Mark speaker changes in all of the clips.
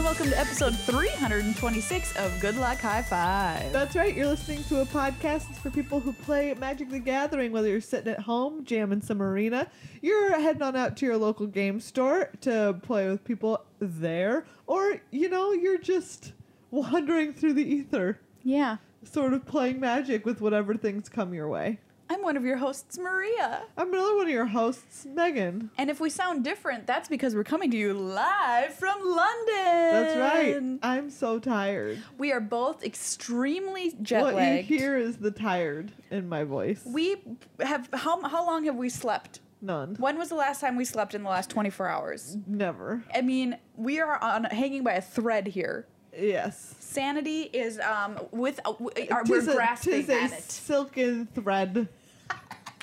Speaker 1: welcome to episode 326 of Good Luck High Five.
Speaker 2: That's right. You're listening to a podcast It's for people who play Magic the Gathering, whether you're sitting at home, jamming some arena, you're heading on out to your local game store to play with people there, or, you know, you're just wandering through the ether,
Speaker 1: Yeah.
Speaker 2: sort of playing magic with whatever things come your way.
Speaker 1: I'm one of your hosts, Maria.
Speaker 2: I'm another one of your hosts, Megan.
Speaker 1: And if we sound different, that's because we're coming to you live from London.
Speaker 2: That's right. I'm so tired.
Speaker 1: We are both extremely jet
Speaker 2: what you
Speaker 1: lagged.
Speaker 2: hear is the tired in my voice.
Speaker 1: We have how how long have we slept?
Speaker 2: None.
Speaker 1: When was the last time we slept in the last 24 hours?
Speaker 2: Never.
Speaker 1: I mean, we are on hanging by a thread here.
Speaker 2: Yes.
Speaker 1: Sanity is um with uh, w- uh, we're
Speaker 2: Tis a-
Speaker 1: grasping
Speaker 2: tis a
Speaker 1: at it.
Speaker 2: silken thread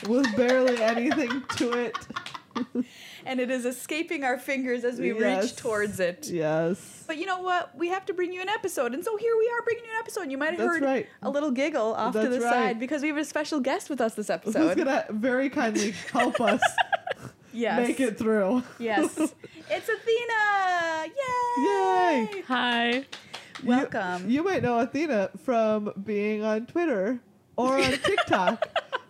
Speaker 2: with barely anything to it.
Speaker 1: and it is escaping our fingers as we
Speaker 2: Yes.
Speaker 1: reach towards it.
Speaker 2: Yes.
Speaker 1: But you know what? We have to bring you an episode, and so here we are bringing you an episode. You might have
Speaker 2: That's
Speaker 1: heard
Speaker 2: right.
Speaker 1: a little giggle off to
Speaker 2: That's
Speaker 1: the
Speaker 2: right.
Speaker 1: side because we have a special guest with us this
Speaker 2: Who's
Speaker 1: episode.
Speaker 2: gonna very kindly help us
Speaker 1: yes,
Speaker 2: make it through?
Speaker 1: yes, it's Athena! Yay!
Speaker 2: Yay!
Speaker 3: Hi.
Speaker 2: You-
Speaker 1: Welcome.
Speaker 2: You, might know Athena from being on Twitter or on TikTok.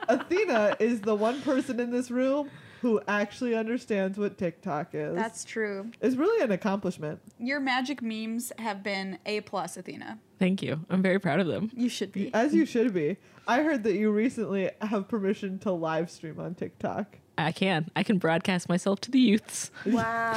Speaker 2: Athena is the one person in this room who actually understands what TikTok is.
Speaker 1: That's true.
Speaker 2: it's really an accomplishment.
Speaker 1: Your magic memes have been a plus, Athena.
Speaker 3: Thank you. I'm very proud of them.
Speaker 1: You should be.
Speaker 2: As you should be. I heard that you recently have permission to live stream on TikTok.
Speaker 3: I can. I can broadcast myself to the youths.
Speaker 1: Wow.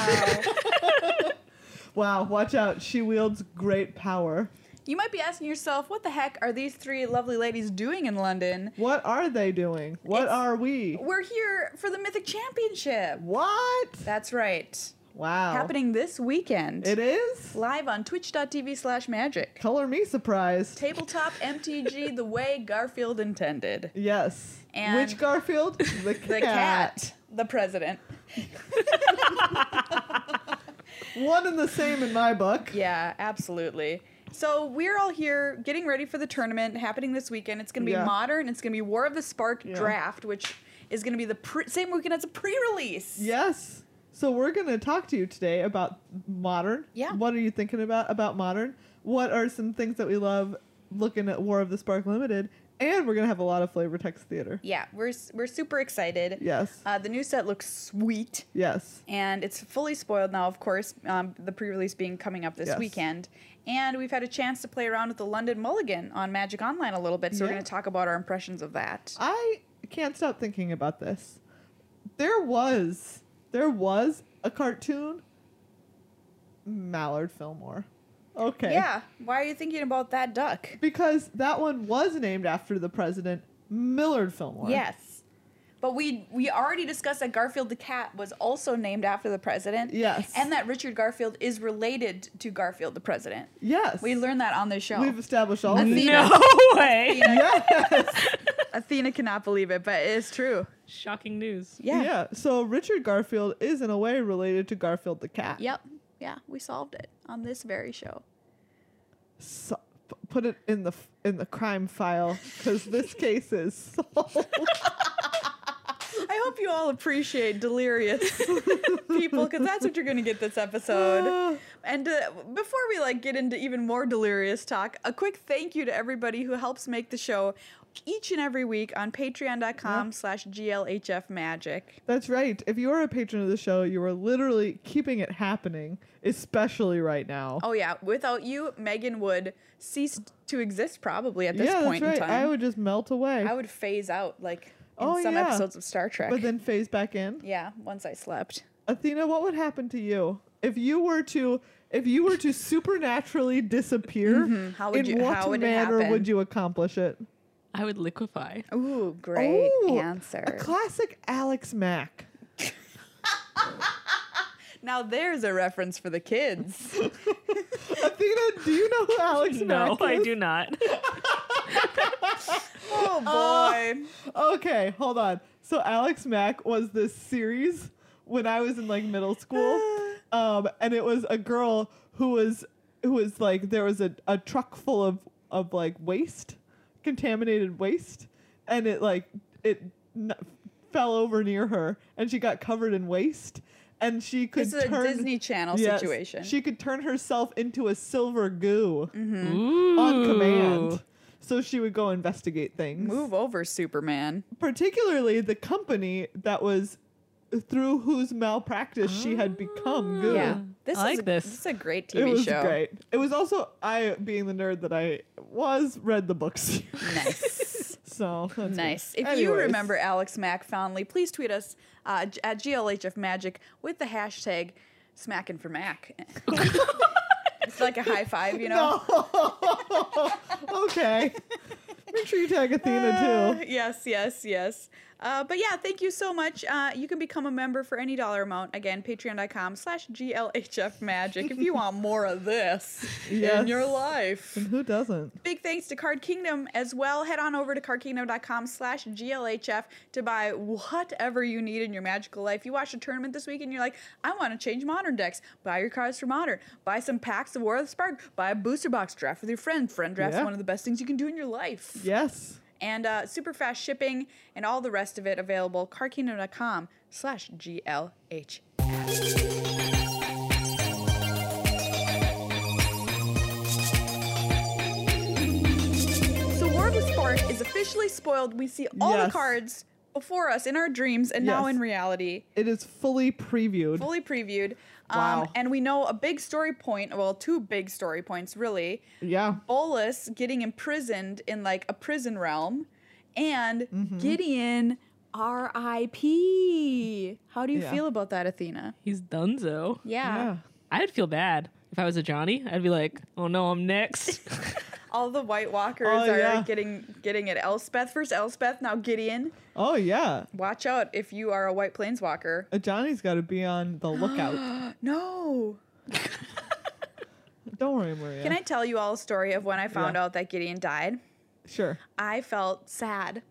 Speaker 2: Wow, watch out. She wields great power.
Speaker 1: you might be asking yourself, what the heck are these three lovely ladies doing in London?
Speaker 2: What are they doing? What
Speaker 1: It's-
Speaker 2: are we?
Speaker 1: We're here for the Mythic Championship.
Speaker 2: What?
Speaker 1: That's right.
Speaker 2: Wow.
Speaker 1: Happening this weekend.
Speaker 2: It is?
Speaker 1: Live on twitch.tv slash magic.
Speaker 2: Color me surprised.
Speaker 1: Tabletop MTG the way Garfield intended.
Speaker 2: Yes.
Speaker 1: And-
Speaker 2: Which Garfield? The cat.
Speaker 1: The cat, the president.
Speaker 2: One and the same in my book.
Speaker 1: Yeah, absolutely. So we're all here getting ready for the tournament happening this weekend. It's going to be
Speaker 2: Yeah.
Speaker 1: modern. It's going to be War of the Spark
Speaker 2: Yeah.
Speaker 1: draft, which is going to be the pre- same weekend as a pre-release.
Speaker 2: Yes. So we're going to talk to you today about modern.
Speaker 1: Yeah.
Speaker 2: What are you thinking about about modern? What are some things that we love looking at War of the Spark Limited? And we're going to have a lot of flavor text theater.
Speaker 1: Yeah, we're s- we're super excited.
Speaker 2: Yes.
Speaker 1: Uh, the new set looks sweet.
Speaker 2: yes.
Speaker 1: and it's fully spoiled now, of course, um, the pre-release being coming up this
Speaker 2: Yes.
Speaker 1: weekend. And we've had a chance to play around with the London Mulligan on Magic Online a little bit, so we're
Speaker 2: Yeah.
Speaker 1: going to talk about our impressions of that.
Speaker 2: I can't stop thinking about this. There was there was a cartoon Mallard Fillmore. Okay.
Speaker 1: Yeah, why are you thinking about that duck?
Speaker 2: Because that one was named after the president Millard Fillmore.
Speaker 1: Yes. But we we already discussed that Garfield the cat was also named after the president.
Speaker 2: Yes.
Speaker 1: And that Richard Garfield is related to Garfield the president.
Speaker 2: Yes.
Speaker 1: We learned that on this show.
Speaker 2: We've established all of
Speaker 1: Athena.
Speaker 2: these.
Speaker 1: No
Speaker 3: way.
Speaker 2: Yes.
Speaker 1: Athena cannot believe it, but it's true.
Speaker 3: Shocking news.
Speaker 1: Yeah.
Speaker 2: So Richard Garfield is in a way related to Garfield the cat.
Speaker 1: Yep. Yeah, we solved it on this very show.
Speaker 2: So, p- put it in the f- in the crime file because this case is solved.
Speaker 1: I hope you all appreciate delirious people because that's what you're going to get this episode. And uh, before we like get into even more delirious talk, a quick thank you to everybody who helps make the show each and every week on patreon.com slash glhfmagic.
Speaker 2: That's right. If you are a patron of the show, you are literally keeping it happening, especially right now.
Speaker 1: Oh yeah, without you, Megan would cease to exist probably at this
Speaker 2: yeah,
Speaker 1: point
Speaker 2: that's
Speaker 1: in
Speaker 2: right.
Speaker 1: time.
Speaker 2: I would just melt away,
Speaker 1: I would phase out like in
Speaker 2: Oh,
Speaker 1: some
Speaker 2: yeah.
Speaker 1: episodes of Star Trek.
Speaker 2: but then phase back in.
Speaker 1: yeah, once I slept.
Speaker 2: Athena, what would happen to you if you were to if you were to supernaturally disappear?
Speaker 1: Mm-hmm. How would
Speaker 2: in
Speaker 1: you-
Speaker 2: what
Speaker 1: how would it
Speaker 2: manner
Speaker 1: happen?
Speaker 2: would you accomplish it?
Speaker 3: I would liquefy.
Speaker 1: Ooh, great
Speaker 2: Ooh, A
Speaker 1: answer.
Speaker 2: classic Alex Mack.
Speaker 1: now there's a reference for the kids.
Speaker 2: Athena, do you know who Alex
Speaker 3: No,
Speaker 2: Mack
Speaker 3: I
Speaker 2: is?
Speaker 3: do not.
Speaker 1: Oh boy.
Speaker 2: Okay, hold on. So Alex Mack was this series when I was in like middle school, um, and it was a girl who was who was like there was a, a truck full of of like waste, contaminated waste, and it like it n- fell over near her, and she got covered in waste. and she could
Speaker 1: This is a
Speaker 2: turn
Speaker 1: Disney Channel
Speaker 2: Yes,
Speaker 1: situation. Mm-hmm.
Speaker 2: She could turn herself into a silver goo
Speaker 3: Ooh.
Speaker 2: on command. So she would go investigate things.
Speaker 1: Move over, Superman.
Speaker 2: Particularly the company that was through whose malpractice she had become goo.
Speaker 1: Yeah, this
Speaker 3: I like
Speaker 1: is a,
Speaker 3: this.
Speaker 1: is a great
Speaker 2: It
Speaker 1: TV
Speaker 2: was
Speaker 1: show.
Speaker 2: great. It was also I, being the nerd that I was, read the books.
Speaker 1: Nice.
Speaker 2: so that's good.
Speaker 1: Nice. If you
Speaker 2: Anyways.
Speaker 1: remember Alex Mack fondly, please tweet us uh, g- at GLHF Magic with the hashtag smacking for Mac. it's like a high five, you know?
Speaker 2: okay. Make sure you tag Athena
Speaker 1: Uh, yes, yes, yes. Uh, but yeah, thank you so much. Uh, you can become a member for any dollar amount. Again, patreon.com slash GLHF Magic if you want more of this in
Speaker 2: Yes.
Speaker 1: your life.
Speaker 2: too. Who doesn't?
Speaker 1: Big thanks to Card Kingdom as well. Head on over to cardkingdom.com slash GLHF to buy whatever you need in your magical life. You watch a tournament this week and you're like, I want to change modern decks. Buy your cards for modern. Buy some packs of War of the Spark. Buy a booster box. Draft with your friend. Friend draft's
Speaker 2: Yeah.
Speaker 1: one of the best things you can do in your life.
Speaker 2: Yes.
Speaker 1: And uh, super fast shipping and all the rest of it available. cardkingdom.com slash GLHF. So War of the Spark is officially spoiled. We see all the
Speaker 2: Yes.
Speaker 1: cards before us in our dreams and now
Speaker 2: Yes.
Speaker 1: in reality,
Speaker 2: It is fully previewed.
Speaker 1: fully previewed. Um,
Speaker 2: Wow.
Speaker 1: And we know a big story point, well, two big story points really.
Speaker 2: yeah.
Speaker 1: Bolus getting imprisoned in like a prison realm and
Speaker 2: Mm-hmm.
Speaker 1: Gideon RIP. How do you
Speaker 2: Yeah.
Speaker 1: feel about that, Athena?
Speaker 3: He's donezo.
Speaker 1: Yeah.
Speaker 2: Yeah.
Speaker 3: I'd feel bad if I was a Johnny. I'd be like, oh no, I'm next.
Speaker 1: All the White Walkers
Speaker 2: Oh,
Speaker 1: are
Speaker 2: yeah.
Speaker 1: getting getting at Elspeth. First Elspeth, now Gideon.
Speaker 2: Oh yeah.
Speaker 1: Watch out if you are a White Planeswalker.
Speaker 2: Uh, Johnny's got to be on the lookout.
Speaker 1: No.
Speaker 2: Don't worry, Maria.
Speaker 1: Can I tell you all a story of when I found
Speaker 2: Yeah.
Speaker 1: out that Gideon died?
Speaker 2: Sure.
Speaker 1: I felt sad.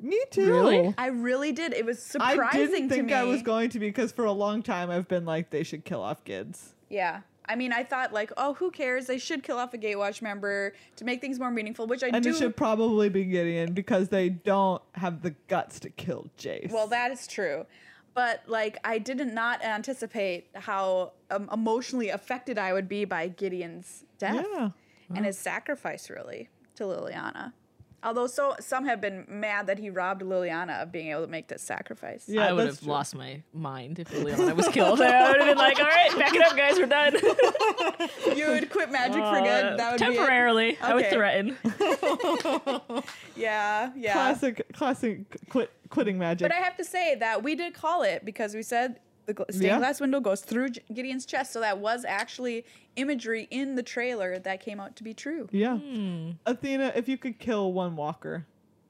Speaker 2: Me too.
Speaker 3: Really?
Speaker 1: I really did. It was
Speaker 2: I
Speaker 1: surprising
Speaker 2: didn't
Speaker 1: to
Speaker 2: think
Speaker 1: me.
Speaker 2: I was going to be because for a long time I've been like they should kill off kids.
Speaker 1: Yeah. I mean, I thought like, oh, who cares? They should kill off a Gatewatch member to make things more meaningful, which I
Speaker 2: And
Speaker 1: do.
Speaker 2: it should probably be Gideon because they don't have the guts to kill Jace.
Speaker 1: Well, that is true. But like, I did not anticipate how um, emotionally affected I would be by Gideon's death
Speaker 2: Yeah.
Speaker 1: and his sacrifice, really, to Liliana. Although so some have been mad that he robbed Liliana of being able to make this sacrifice.
Speaker 2: Yeah,
Speaker 3: I would
Speaker 2: that's
Speaker 3: have
Speaker 2: true.
Speaker 3: lost my mind if Liliana was killed. I would have been like, all right, back it up, guys, we're done.
Speaker 1: You would quit magic for
Speaker 3: Uh,
Speaker 1: good. That would
Speaker 3: temporarily, I would
Speaker 1: Okay.
Speaker 3: threaten.
Speaker 1: be it. Yeah, yeah.
Speaker 2: Classic, classic quit, quitting magic.
Speaker 1: But I have to say that we did call it because we said the gl- stained
Speaker 2: Yeah.
Speaker 1: glass window goes through G- Gideon's chest. So that was actually imagery in the trailer that came out to be true.
Speaker 2: yeah.
Speaker 3: Hmm.
Speaker 2: Athena, if you could kill one walker,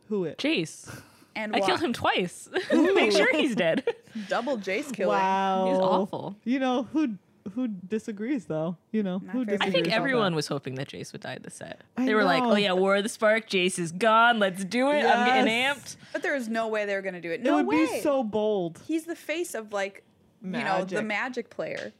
Speaker 2: who it?
Speaker 3: Jace.
Speaker 1: And
Speaker 3: I
Speaker 1: wow,
Speaker 3: killed him twice. Make sure he's dead.
Speaker 1: double Jace killing.
Speaker 2: Wow.
Speaker 3: He's awful.
Speaker 2: You know who who disagrees though? You know
Speaker 1: My
Speaker 2: who
Speaker 1: favorite.
Speaker 2: disagrees?
Speaker 3: I think
Speaker 2: on
Speaker 3: everyone was hoping that Jace would die this set.
Speaker 2: I
Speaker 3: they were like,
Speaker 2: know.
Speaker 3: oh yeah, War of the Spark, Jace is gone, let's do it. I'm getting
Speaker 2: Yes.
Speaker 3: amped.
Speaker 1: But there was no way they were going to do it.
Speaker 2: that?
Speaker 1: No
Speaker 2: it would
Speaker 1: way.
Speaker 2: be so bold.
Speaker 1: He's the face of like, you know, the
Speaker 2: Magic.
Speaker 1: magic player.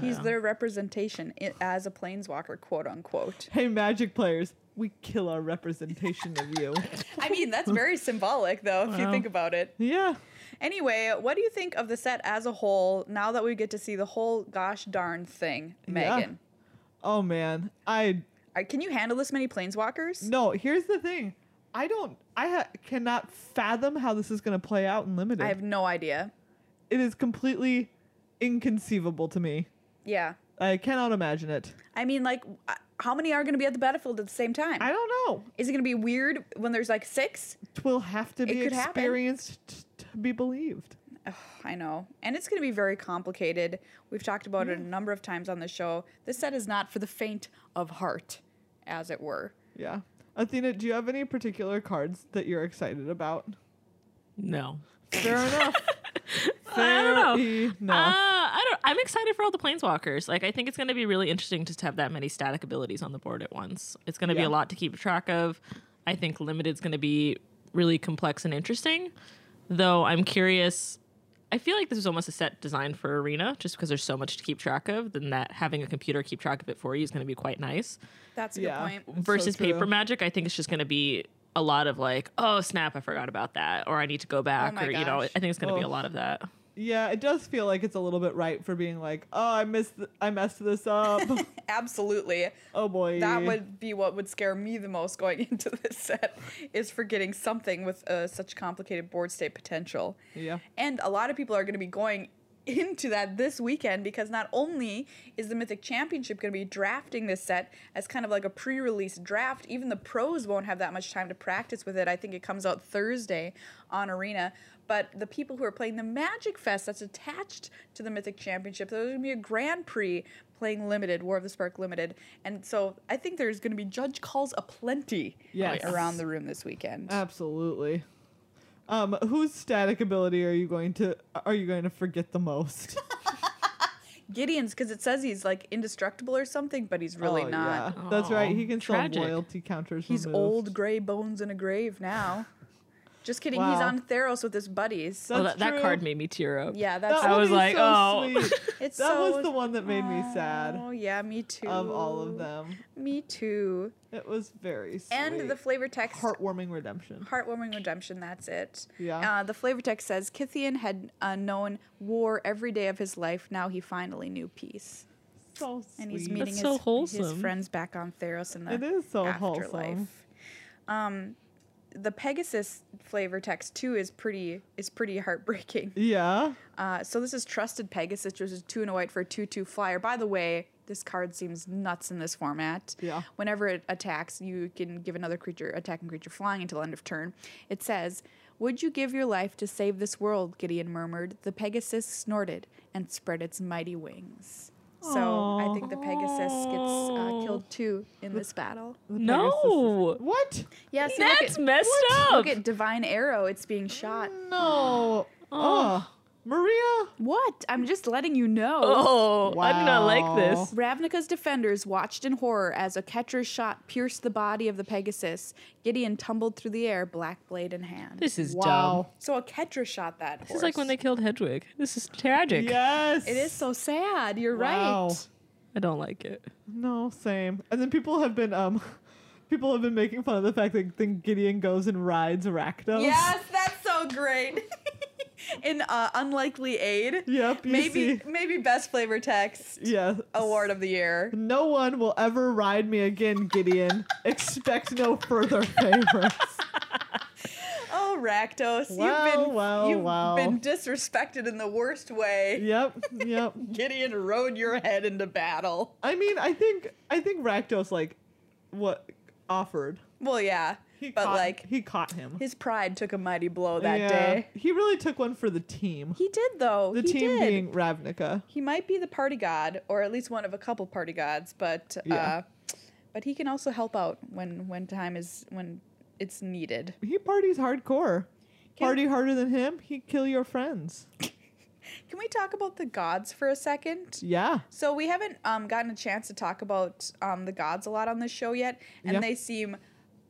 Speaker 1: He's their representation i- as a planeswalker, quote unquote.
Speaker 2: Hey, magic players, we kill our representation of you.
Speaker 1: I mean, that's very symbolic, though, if you
Speaker 3: Wow.
Speaker 1: think about it.
Speaker 2: Yeah.
Speaker 1: Anyway, what do you think of the set as a whole now that we get to see the whole gosh darn thing,
Speaker 2: Yeah.
Speaker 1: Megan?
Speaker 2: Oh man, I
Speaker 1: All right, can you handle this many planeswalkers?
Speaker 2: no. Here's the thing. I don't. I ha- cannot fathom how this is going to play out in limited.
Speaker 1: I have no idea.
Speaker 2: it is completely inconceivable to me.
Speaker 1: Yeah.
Speaker 2: I cannot imagine it.
Speaker 1: I mean, like, uh, how many are going to be at the battlefield at the same time?
Speaker 2: I don't know.
Speaker 1: Is it going to be weird when there's like six?
Speaker 2: It will have to be
Speaker 1: could happen.
Speaker 2: experienced t- to be believed.
Speaker 1: Ugh, I know. And it's going to be very complicated. We've talked about
Speaker 2: Mm.
Speaker 1: it a number of times on the show. This set is not for the faint of heart, as it were.
Speaker 2: Yeah. Athena, do you have any particular cards that you're excited about?
Speaker 3: No.
Speaker 2: Fair enough.
Speaker 3: I don't
Speaker 1: Um,
Speaker 3: know. Uh,
Speaker 2: enough.
Speaker 3: I don't. I'm excited for all the planeswalkers. Like, I think it's going to be really interesting just to have that many static abilities on the board at once. It's going to be
Speaker 2: Yeah.
Speaker 3: a lot to keep track of. I think limited's going to be really complex and interesting. Though I'm curious. I feel like this is almost a set designed for arena, just because there's so much to keep track of. Then that having a computer keep track of it for you is going to be quite nice.
Speaker 1: That's a
Speaker 2: Yeah.
Speaker 1: good point.
Speaker 2: So
Speaker 3: Versus
Speaker 2: true.
Speaker 3: paper magic, I think it's just going to be a lot of like, oh snap, I forgot about that, or I need to go back,
Speaker 1: my
Speaker 3: or you know, I
Speaker 1: gosh.
Speaker 3: think it's going to be a
Speaker 2: Oh.
Speaker 3: lot of that.
Speaker 2: Yeah, it does feel like it's a little bit right for being like, oh, I missed, th- I messed this up.
Speaker 1: Absolutely.
Speaker 2: oh boy,
Speaker 1: That would be what would scare me the most going into this set is forgetting something with uh, such complicated board state potential.
Speaker 2: Yeah.
Speaker 1: And a lot of people are going to be going into that this weekend because not only is the Mythic Championship going to be drafting this set as kind of like a pre release draft, even the pros won't have that much time to practice with it. I think it comes out Thursday on Arena. But the people who are playing the Magic Fest that's attached to the Mythic Championship, there's going to be a Grand Prix playing Limited, War of the Spark Limited. And so I think there's going to be judge calls aplenty
Speaker 2: Yes.
Speaker 1: around the room this weekend.
Speaker 2: Uh, Absolutely. Um, whose static ability are you going to are you going to forget the most?
Speaker 1: Gideon's because it says he's like indestructible or something, but he's really
Speaker 2: Oh,
Speaker 1: not.
Speaker 2: yeah. That's right. He
Speaker 3: Aw,
Speaker 2: can still have
Speaker 3: tragic.
Speaker 2: loyalty counters.
Speaker 1: He's
Speaker 2: removed.
Speaker 1: old gray bones in a grave now. Just kidding, he's
Speaker 2: Wow.
Speaker 1: on Theros with his buddies.
Speaker 3: Oh,
Speaker 2: That's
Speaker 3: that, that card
Speaker 2: true.
Speaker 3: made me tear up.
Speaker 1: yeah, that's
Speaker 2: That
Speaker 3: I
Speaker 2: one
Speaker 3: was
Speaker 2: is
Speaker 3: like,
Speaker 2: so
Speaker 3: oh.
Speaker 2: sweet.
Speaker 1: it's
Speaker 2: that
Speaker 1: so
Speaker 2: was the one that made me sad
Speaker 1: Oh yeah, me too.
Speaker 2: of all of them.
Speaker 1: Me too.
Speaker 2: It was very sweet.
Speaker 1: And the flavor text
Speaker 2: heartwarming redemption.
Speaker 1: Heartwarming Redemption, that's it.
Speaker 2: Yeah.
Speaker 1: Uh, the flavor text says Kithian had uh, known war every day of his life. Now he finally knew peace.
Speaker 2: So sweet.
Speaker 1: And he's meeting
Speaker 3: That's so
Speaker 1: his, his
Speaker 3: wholesome.
Speaker 1: friends back on Theros in the
Speaker 2: It is so
Speaker 1: afterlife.
Speaker 2: wholesome.
Speaker 1: Um, the Pegasus flavor text too is pretty is pretty heartbreaking.
Speaker 2: Yeah.
Speaker 1: Uh, so this is Trusted Pegasus, which is two and a white for a two-two flyer. By the way, this card seems nuts in this format.
Speaker 2: Yeah.
Speaker 1: Whenever it attacks, you can give another creature attacking creature flying until end of turn. It says, "Would you give your life to save this world?" Gideon murmured. The Pegasus snorted and spread its mighty wings. So I
Speaker 2: Aw.
Speaker 1: think the Pegasus gets uh,
Speaker 3: Aw.
Speaker 1: killed too in this battle.
Speaker 2: The
Speaker 3: No.
Speaker 2: Pegasus is- What?
Speaker 1: Yeah, see, look
Speaker 3: That's
Speaker 1: at-
Speaker 3: messed up.
Speaker 1: Look at Divine Arrow. It's being shot.
Speaker 2: No. Oh. Maria.
Speaker 1: What? I'm just letting you know.
Speaker 3: oh, I'm not
Speaker 2: Wow.
Speaker 3: like this.
Speaker 1: Ravnica's defenders watched in horror as a catcher's shot pierced the body of the Pegasus. Gideon tumbled through the air, black blade in hand.
Speaker 3: This is dumb.
Speaker 2: Wow.
Speaker 1: so a catcher shot that horse.
Speaker 3: This is like when they killed Hedwig. This is tragic.
Speaker 2: Yes.
Speaker 1: It is so sad. You're
Speaker 2: Wow.
Speaker 1: right.
Speaker 3: I don't like it.
Speaker 2: No, same. And then people have been um people have been making fun of the fact that then Gideon goes and rides Rakdos.
Speaker 1: Yes, that's so great. in uh, unlikely aid.
Speaker 2: Yep, you
Speaker 1: maybe Oh.
Speaker 2: see.
Speaker 1: maybe best flavor text
Speaker 2: Yes.
Speaker 1: award of the year.
Speaker 2: No one will ever ride me again, Gideon. Expect no further favors.
Speaker 1: Oh, Rakdos, you've
Speaker 2: Wow,
Speaker 1: been
Speaker 2: wow,
Speaker 1: you've
Speaker 2: wow.
Speaker 1: been disrespected in the worst way.
Speaker 2: yep, yep.
Speaker 1: Gideon rode your head into battle.
Speaker 2: I mean, I think I think Rakdos like what offered.
Speaker 1: Well, yeah,
Speaker 2: He
Speaker 1: but
Speaker 2: caught,
Speaker 1: like
Speaker 2: he caught him
Speaker 1: his pride took a mighty blow that
Speaker 2: Yeah.
Speaker 1: day.
Speaker 2: He really took one for the team.
Speaker 1: He did though.
Speaker 2: The
Speaker 1: he
Speaker 2: team
Speaker 1: did.
Speaker 2: being Ravnica.
Speaker 1: he might be the party god, or at least one of a couple party gods, but uh,
Speaker 2: Yeah.
Speaker 1: but he can also help out when when time is when it's needed.
Speaker 2: He parties hardcore.
Speaker 1: Can-
Speaker 2: Party harder than him, he kill your friends.
Speaker 1: Can we talk about the gods for a second?
Speaker 2: Yeah.
Speaker 1: So we haven't um, gotten a chance to talk about um, the gods a lot on this show yet, and
Speaker 2: Yeah.
Speaker 1: they seem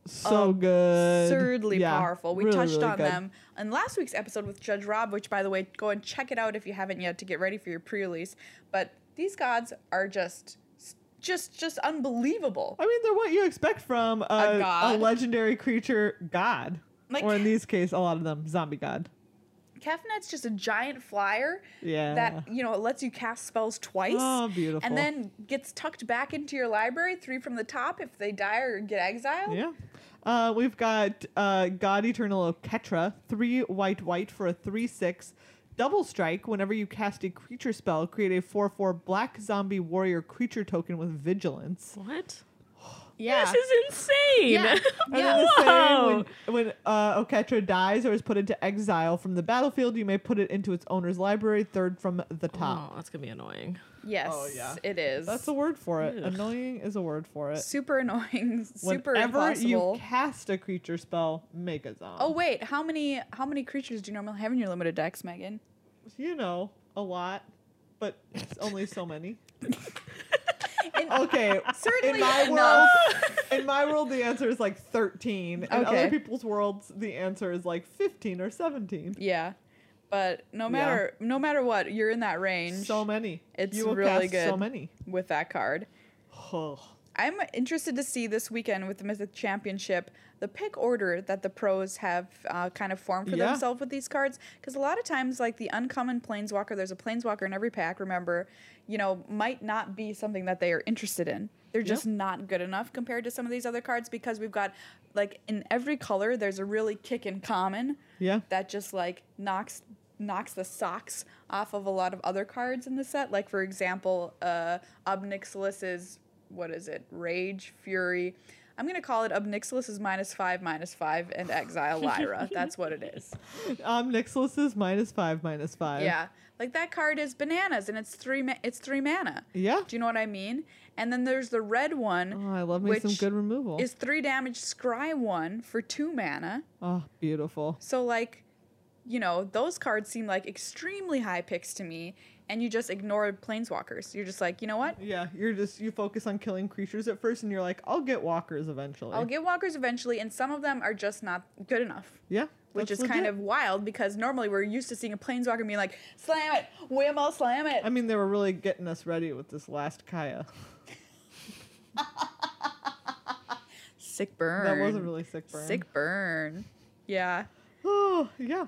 Speaker 2: so good
Speaker 1: Um, absurdly
Speaker 2: Yeah,
Speaker 1: powerful. We
Speaker 2: really,
Speaker 1: touched
Speaker 2: really
Speaker 1: on
Speaker 2: good.
Speaker 1: them in last week's episode with Judge Rob, which, by the way, go and check it out if you haven't yet to get ready for your pre-release. But these gods are just, just, just unbelievable.
Speaker 2: i mean they're what you expect from a, a,
Speaker 1: god.
Speaker 2: legendary creature god
Speaker 1: Like-
Speaker 2: or in these case a lot of them zombie god
Speaker 1: Kefnet's just a giant flyer
Speaker 2: yeah
Speaker 1: that you know lets you cast spells twice.
Speaker 2: Oh, beautiful.
Speaker 1: And then gets tucked back into your library, three from the top if they die or get exiled.
Speaker 2: yeah uh, we've got uh, god eternal of ketra three white white for a three six double strike whenever you cast a creature spell create a four four black zombie warrior creature token with vigilance
Speaker 3: What?
Speaker 1: Yeah.
Speaker 3: This is insane.
Speaker 1: Yeah. Yeah.
Speaker 2: And then the
Speaker 3: Wow.
Speaker 2: saying, when, when uh, Oketra dies or is put into exile from the battlefield, you may put it into its owner's library, third from the top.
Speaker 3: Oh, that's gonna be annoying.
Speaker 1: Yes,
Speaker 2: Oh, yeah.
Speaker 1: it is.
Speaker 2: That's a word for it.
Speaker 3: Ugh.
Speaker 2: Annoying is a word for it.
Speaker 1: super annoying, super
Speaker 2: Whenever
Speaker 1: impossible.
Speaker 2: you cast a creature spell, make a zombie.
Speaker 1: Oh wait, how many how many creatures do you normally have in your limited decks, Megan?
Speaker 2: you know, a lot, but it's only so many.
Speaker 1: In-
Speaker 2: Okay,
Speaker 1: Certainly
Speaker 2: in my
Speaker 1: enough.
Speaker 2: world, in my world, the answer is like thirteen. In
Speaker 1: Okay.
Speaker 2: other people's worlds, the answer is like fifteen or seventeen.
Speaker 1: Yeah. But no matter no matter what, you're in that range
Speaker 2: So many.
Speaker 1: It's
Speaker 2: you will
Speaker 1: really
Speaker 2: cast So
Speaker 1: good.
Speaker 2: many.
Speaker 1: with that card.
Speaker 2: Oh,
Speaker 1: I'm interested to see this weekend with the Mythic Championship the pick order that the pros have uh, kind of formed for
Speaker 2: Yeah.
Speaker 1: themselves with these cards. Because a lot of times, like the uncommon planeswalker, there's a planeswalker in every pack, remember, you know, might not be something that they are interested in. They're just not good enough compared to some of these other cards because we've got, like, in every color, there's a really kick in common
Speaker 2: Yeah.
Speaker 1: that just like knocks knocks the socks off of a lot of other cards in the set. Like for example, uh, Obnixilus's what is it? Rage, Fury. I'm gonna call it Obnixilus's minus five, minus five, and Exile Lyra. That's what it is.
Speaker 2: Um, Nixilus is minus five, minus five.
Speaker 1: Yeah, like that card is bananas, and it's three. Ma- it's three mana.
Speaker 2: Yeah.
Speaker 1: Do you know what I mean? And then there's the red one.
Speaker 2: Oh, I love me some
Speaker 1: which
Speaker 2: good removal.
Speaker 1: Is three damage scry one for two mana.
Speaker 2: oh, beautiful.
Speaker 1: So like, you know, those cards seem like extremely high picks to me, and you just ignore planeswalkers. You're just like, you know what?
Speaker 2: Yeah, you're just you focus on killing creatures at first, and you're like, I'll get walkers eventually.
Speaker 1: I'll get walkers eventually, and some of them are just not good enough.
Speaker 2: yeah,
Speaker 1: Which
Speaker 2: that's
Speaker 1: is kind
Speaker 2: legit.
Speaker 1: of wild because normally we're used to seeing a planeswalker being like, slam it, whammo, slam it.
Speaker 2: I mean, they were really getting us ready with this last Kaya.
Speaker 1: Sick burn.
Speaker 2: That was a really sick burn.
Speaker 1: sick burn. Yeah.
Speaker 2: Oh, yeah.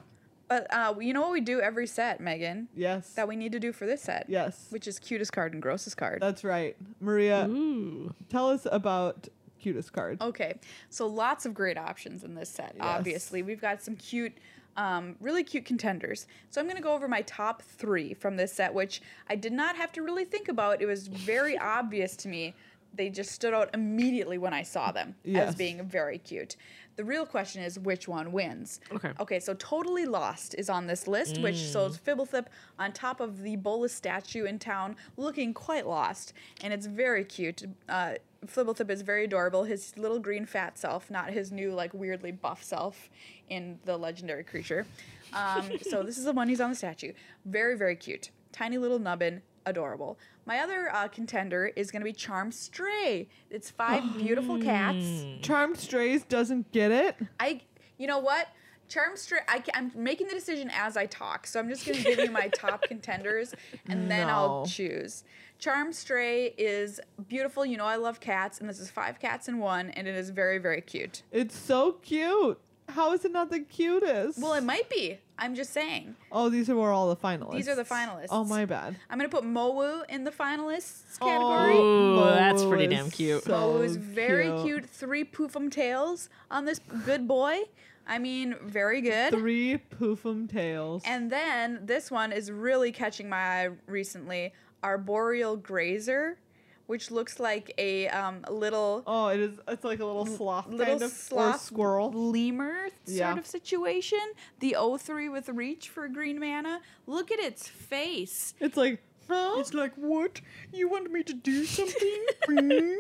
Speaker 1: But uh, you know what we do every set, Megan,
Speaker 2: Yes.
Speaker 1: that we need to do for this set?
Speaker 2: yes.
Speaker 1: Which is cutest card and grossest card.
Speaker 2: That's right. Maria,
Speaker 3: Ooh.
Speaker 2: tell us about cutest card.
Speaker 1: Okay, so lots of great options in this set. Obviously, we've got some cute, um, really cute contenders. So I'm gonna go over my top three from this set, which I did not have to really think about. It was very obvious to me. They just stood out immediately when I saw them as
Speaker 2: Yes.
Speaker 1: being very cute. The real question is which one wins.
Speaker 3: Okay.
Speaker 1: Okay, so Totally Lost is on this list, which shows Fibblethip on top of the Bola statue in town, looking quite lost, and it's very cute. Uh, Fibblethip is very adorable. His little green fat self, not his new like weirdly buff self in the legendary creature. Um, so this is the one he's on the statue. Very very cute. Tiny little nubbin. Adorable. My other uh, contender is going to be Charm Stray. It's five beautiful cats.
Speaker 2: Charmed Strays doesn't get it.
Speaker 1: I, you know what? Charm Stray, I, ca- I'm making the decision as I talk, so I'm just going to give you my top contenders, and then I'll
Speaker 2: No.
Speaker 1: choose. Charm Stray is beautiful. You know I love cats, and this is five cats in one, and it is very, very cute.
Speaker 2: It's so cute. How is it not the cutest?
Speaker 1: Well, it might be. I'm just saying.
Speaker 2: oh, these are were all the finalists.
Speaker 1: These are the finalists.
Speaker 2: Oh, my bad.
Speaker 1: I'm going to put Mowu in the finalists category.
Speaker 3: Oh. Ooh,
Speaker 2: Momo
Speaker 3: that's pretty
Speaker 2: is
Speaker 3: damn cute.
Speaker 2: so
Speaker 1: Mowu is very cute. Three poofum tails on this good boy. I mean, very good.
Speaker 2: Three poofum tails.
Speaker 1: And then this one is really catching my eye recently Arboreal Grazer, which looks like a um, little
Speaker 2: oh, it is. It's like a little sloth,
Speaker 1: little
Speaker 2: kind of, or
Speaker 1: sloth
Speaker 2: squirrel.
Speaker 1: lemur sort
Speaker 2: Yeah.
Speaker 1: of situation. The O3 with reach for green mana. Look at its face.
Speaker 2: It's like, huh?
Speaker 4: It's like, what? You want me to do something?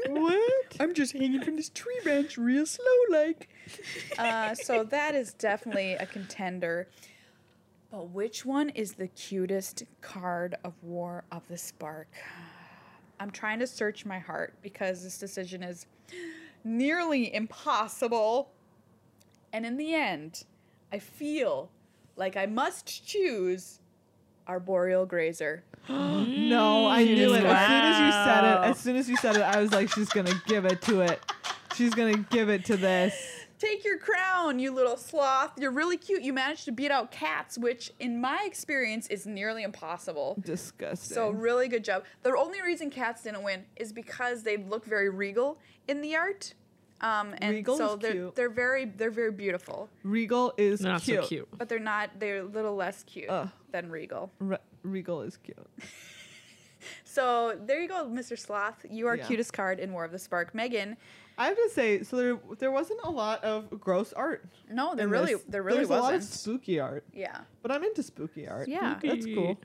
Speaker 2: what?
Speaker 4: I'm just hanging from this tree branch real slow, like.
Speaker 1: Uh, so that is definitely a contender. But which one is the cutest card of War of the Spark? I'm trying to search my heart because this decision is nearly impossible. And in the end, I feel like I must choose Arboreal Grazer.
Speaker 2: No, I knew it. As soon as you said
Speaker 3: Mm, Wow.
Speaker 2: it, as soon as you said it, I was like, she's gonna give it to it. She's gonna give it to this.
Speaker 1: Take your crown, you little sloth. You're really cute. You managed to beat out cats, which, in my experience, is nearly impossible.
Speaker 2: Disgusting.
Speaker 1: So really good job. The only reason cats didn't win is because they look very regal in the art. Um, and
Speaker 2: Regal
Speaker 1: so
Speaker 2: is
Speaker 1: they're
Speaker 2: cute.
Speaker 1: they're very they're very beautiful,
Speaker 2: Regal is
Speaker 3: Not
Speaker 2: cute.
Speaker 3: so cute.
Speaker 1: but they're not they're a little less cute
Speaker 2: Ugh.
Speaker 1: than regal.
Speaker 2: Re- Regal is cute.
Speaker 1: So there you go, Mr. Sloth. You are
Speaker 2: Yeah.
Speaker 1: cutest card in War of the Spark. Megan,
Speaker 2: I have to say, so there there wasn't a lot of gross art.
Speaker 1: no, there
Speaker 2: in
Speaker 1: really
Speaker 2: this.
Speaker 1: there really
Speaker 2: There's
Speaker 1: wasn't.
Speaker 2: a lot of spooky art,
Speaker 1: yeah,
Speaker 2: but I'm into spooky art.
Speaker 1: yeah.
Speaker 2: That's cool.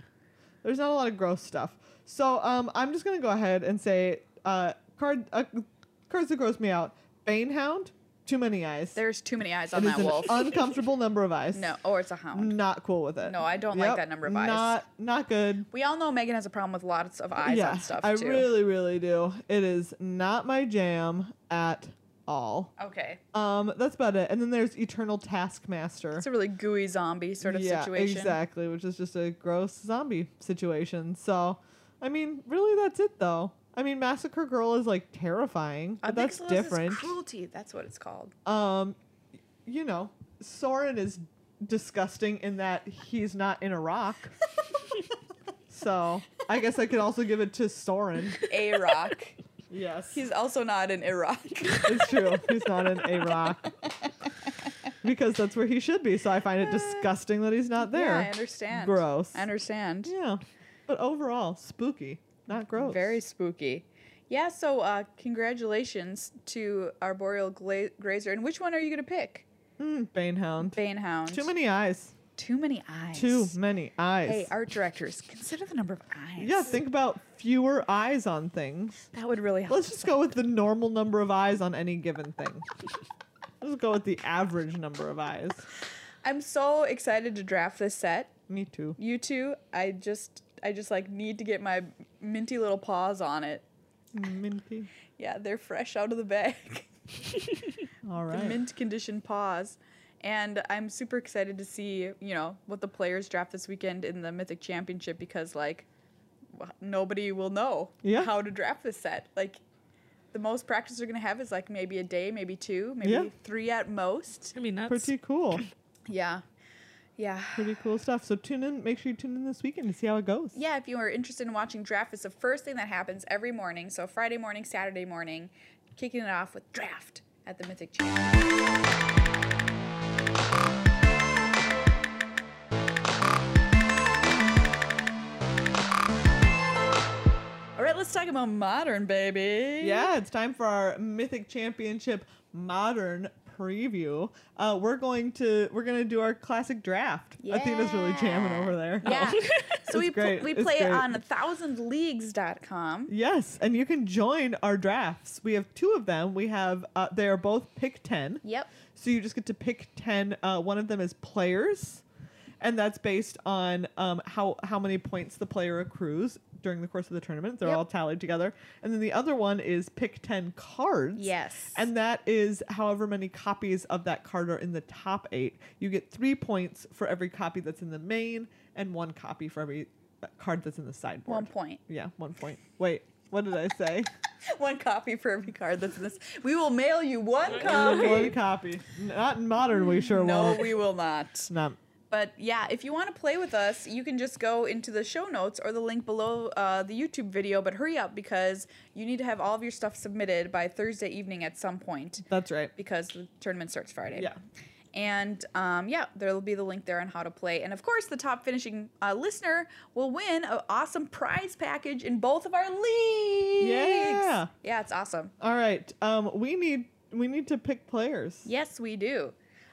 Speaker 2: There's not a lot of gross stuff. So um, I'm just gonna go ahead and say uh, card uh, cards that gross me out. Banehound, too many eyes.
Speaker 1: There's too many eyes on
Speaker 2: It is
Speaker 1: that
Speaker 2: an
Speaker 1: wolf.
Speaker 2: uncomfortable number of eyes.
Speaker 1: no, or it's a hound.
Speaker 2: Not cool with it.
Speaker 1: No, I don't like that number of eyes.
Speaker 2: Not not good.
Speaker 1: We all know Megan has a problem with lots of eyes
Speaker 2: yeah,
Speaker 1: on stuff
Speaker 2: I
Speaker 1: too.
Speaker 2: really really do. It is not my jam at all.
Speaker 1: okay,
Speaker 2: Um, that's about it. And then there's Eternal Taskmaster.
Speaker 1: it's a really gooey zombie sort of situation.
Speaker 2: exactly, which is just a gross zombie situation. So, I mean, really, that's it though. I mean, Massacre Girl is like terrifying, but that's
Speaker 1: Amygdala's is
Speaker 2: different.
Speaker 1: Cruelty. That's what it's called.
Speaker 2: um, you know, Soren is disgusting in that he's not in Iraq. so I guess I could also give it to Soren.
Speaker 1: A rock.
Speaker 2: Yes,
Speaker 1: He's also not in Iraq.
Speaker 2: it's true. He's not in Iraq because that's where he should be. So I find it disgusting that he's not there.
Speaker 1: Yeah, I understand.
Speaker 2: Gross.
Speaker 1: I understand.
Speaker 2: Yeah, but overall, spooky, not gross.
Speaker 1: Very spooky. Yeah, so uh, congratulations to Arboreal Gla- Grazer. And which one are you going to pick?
Speaker 2: mm, Banehound.
Speaker 1: Banehound.
Speaker 2: Too many eyes.
Speaker 1: Too many eyes.
Speaker 2: Too many eyes.
Speaker 1: Hey, art directors, consider the number of eyes.
Speaker 2: yeah, think about fewer eyes on things.
Speaker 1: that would really help.
Speaker 2: Let's just go with the normal number of eyes on any given thing. Let's go with the average number of eyes.
Speaker 1: I'm so excited to draft this set.
Speaker 2: Me too.
Speaker 1: You two, I just, I just like need to get my minty little paws on it.
Speaker 2: Minty.
Speaker 1: Yeah, they're fresh out of the bag.
Speaker 2: All
Speaker 1: the
Speaker 2: right.
Speaker 1: mint condition paws. And I'm super excited to see, you know, what the players draft this weekend in the Mythic Championship because, like, wh- nobody will know
Speaker 2: Yeah.
Speaker 1: how to draft this set. Like, the most practice they're going to have is, like, maybe a day, maybe two, maybe
Speaker 2: Yeah.
Speaker 1: three at most.
Speaker 3: I mean, that's
Speaker 2: Pretty cool.
Speaker 1: Yeah. Yeah.
Speaker 2: Pretty cool stuff. So tune in. Make sure you tune in this weekend to see how it goes.
Speaker 1: Yeah, if you are interested in watching draft, it's the first thing that happens every morning. So Friday morning, Saturday morning, kicking it off with draft at the Mythic Channel. All right, let's talk about modern, baby.
Speaker 2: Yeah, it's time for our Mythic Championship Modern preview. Uh, we're going to we're going to do our classic draft. Athena's really jamming
Speaker 1: Yeah.
Speaker 2: over there.
Speaker 1: Yeah. so we,
Speaker 2: Oh. It's
Speaker 1: pl-
Speaker 2: great.
Speaker 1: we
Speaker 2: It's
Speaker 1: play
Speaker 2: great.
Speaker 1: on thousandleagues.com.
Speaker 2: Yes, and you can join our drafts. We have two of them. We have uh, they are both pick ten.
Speaker 1: Yep.
Speaker 2: So you just get to pick ten. Uh, one of them is players, and that's based on um, how how many points the player accrues during the course of the tournament. They're
Speaker 1: Yep.
Speaker 2: all tallied together, and then the other one is pick ten cards.
Speaker 1: Yes.
Speaker 2: And that is however many copies of that card are in the top eight. You get three points for every copy that's in the main, and one copy for every uh, card that's in the sideboard.
Speaker 1: One point.
Speaker 2: Yeah, one point. Wait, what did I say?
Speaker 1: one copy for every card that's in this. We will mail you one
Speaker 2: one
Speaker 1: copy.
Speaker 2: copy. Not in modern, we sure
Speaker 1: No,
Speaker 2: won't.
Speaker 1: we will not.
Speaker 2: Not.
Speaker 1: But yeah, if you want to play with us, you can just go into the show notes or the link below uh, the YouTube video. But hurry up because you need to have all of your stuff submitted by Thursday evening at some point
Speaker 2: That's right.
Speaker 1: because the tournament starts Friday.
Speaker 2: Yeah.
Speaker 1: And um, yeah, there'll be the link there on how to play. And of course, the top finishing uh, listener will win an awesome prize package in both of our leagues.
Speaker 2: Yeah.
Speaker 1: Yeah, it's awesome.
Speaker 2: All right. Um, we need we need to pick players.
Speaker 1: Yes, we do.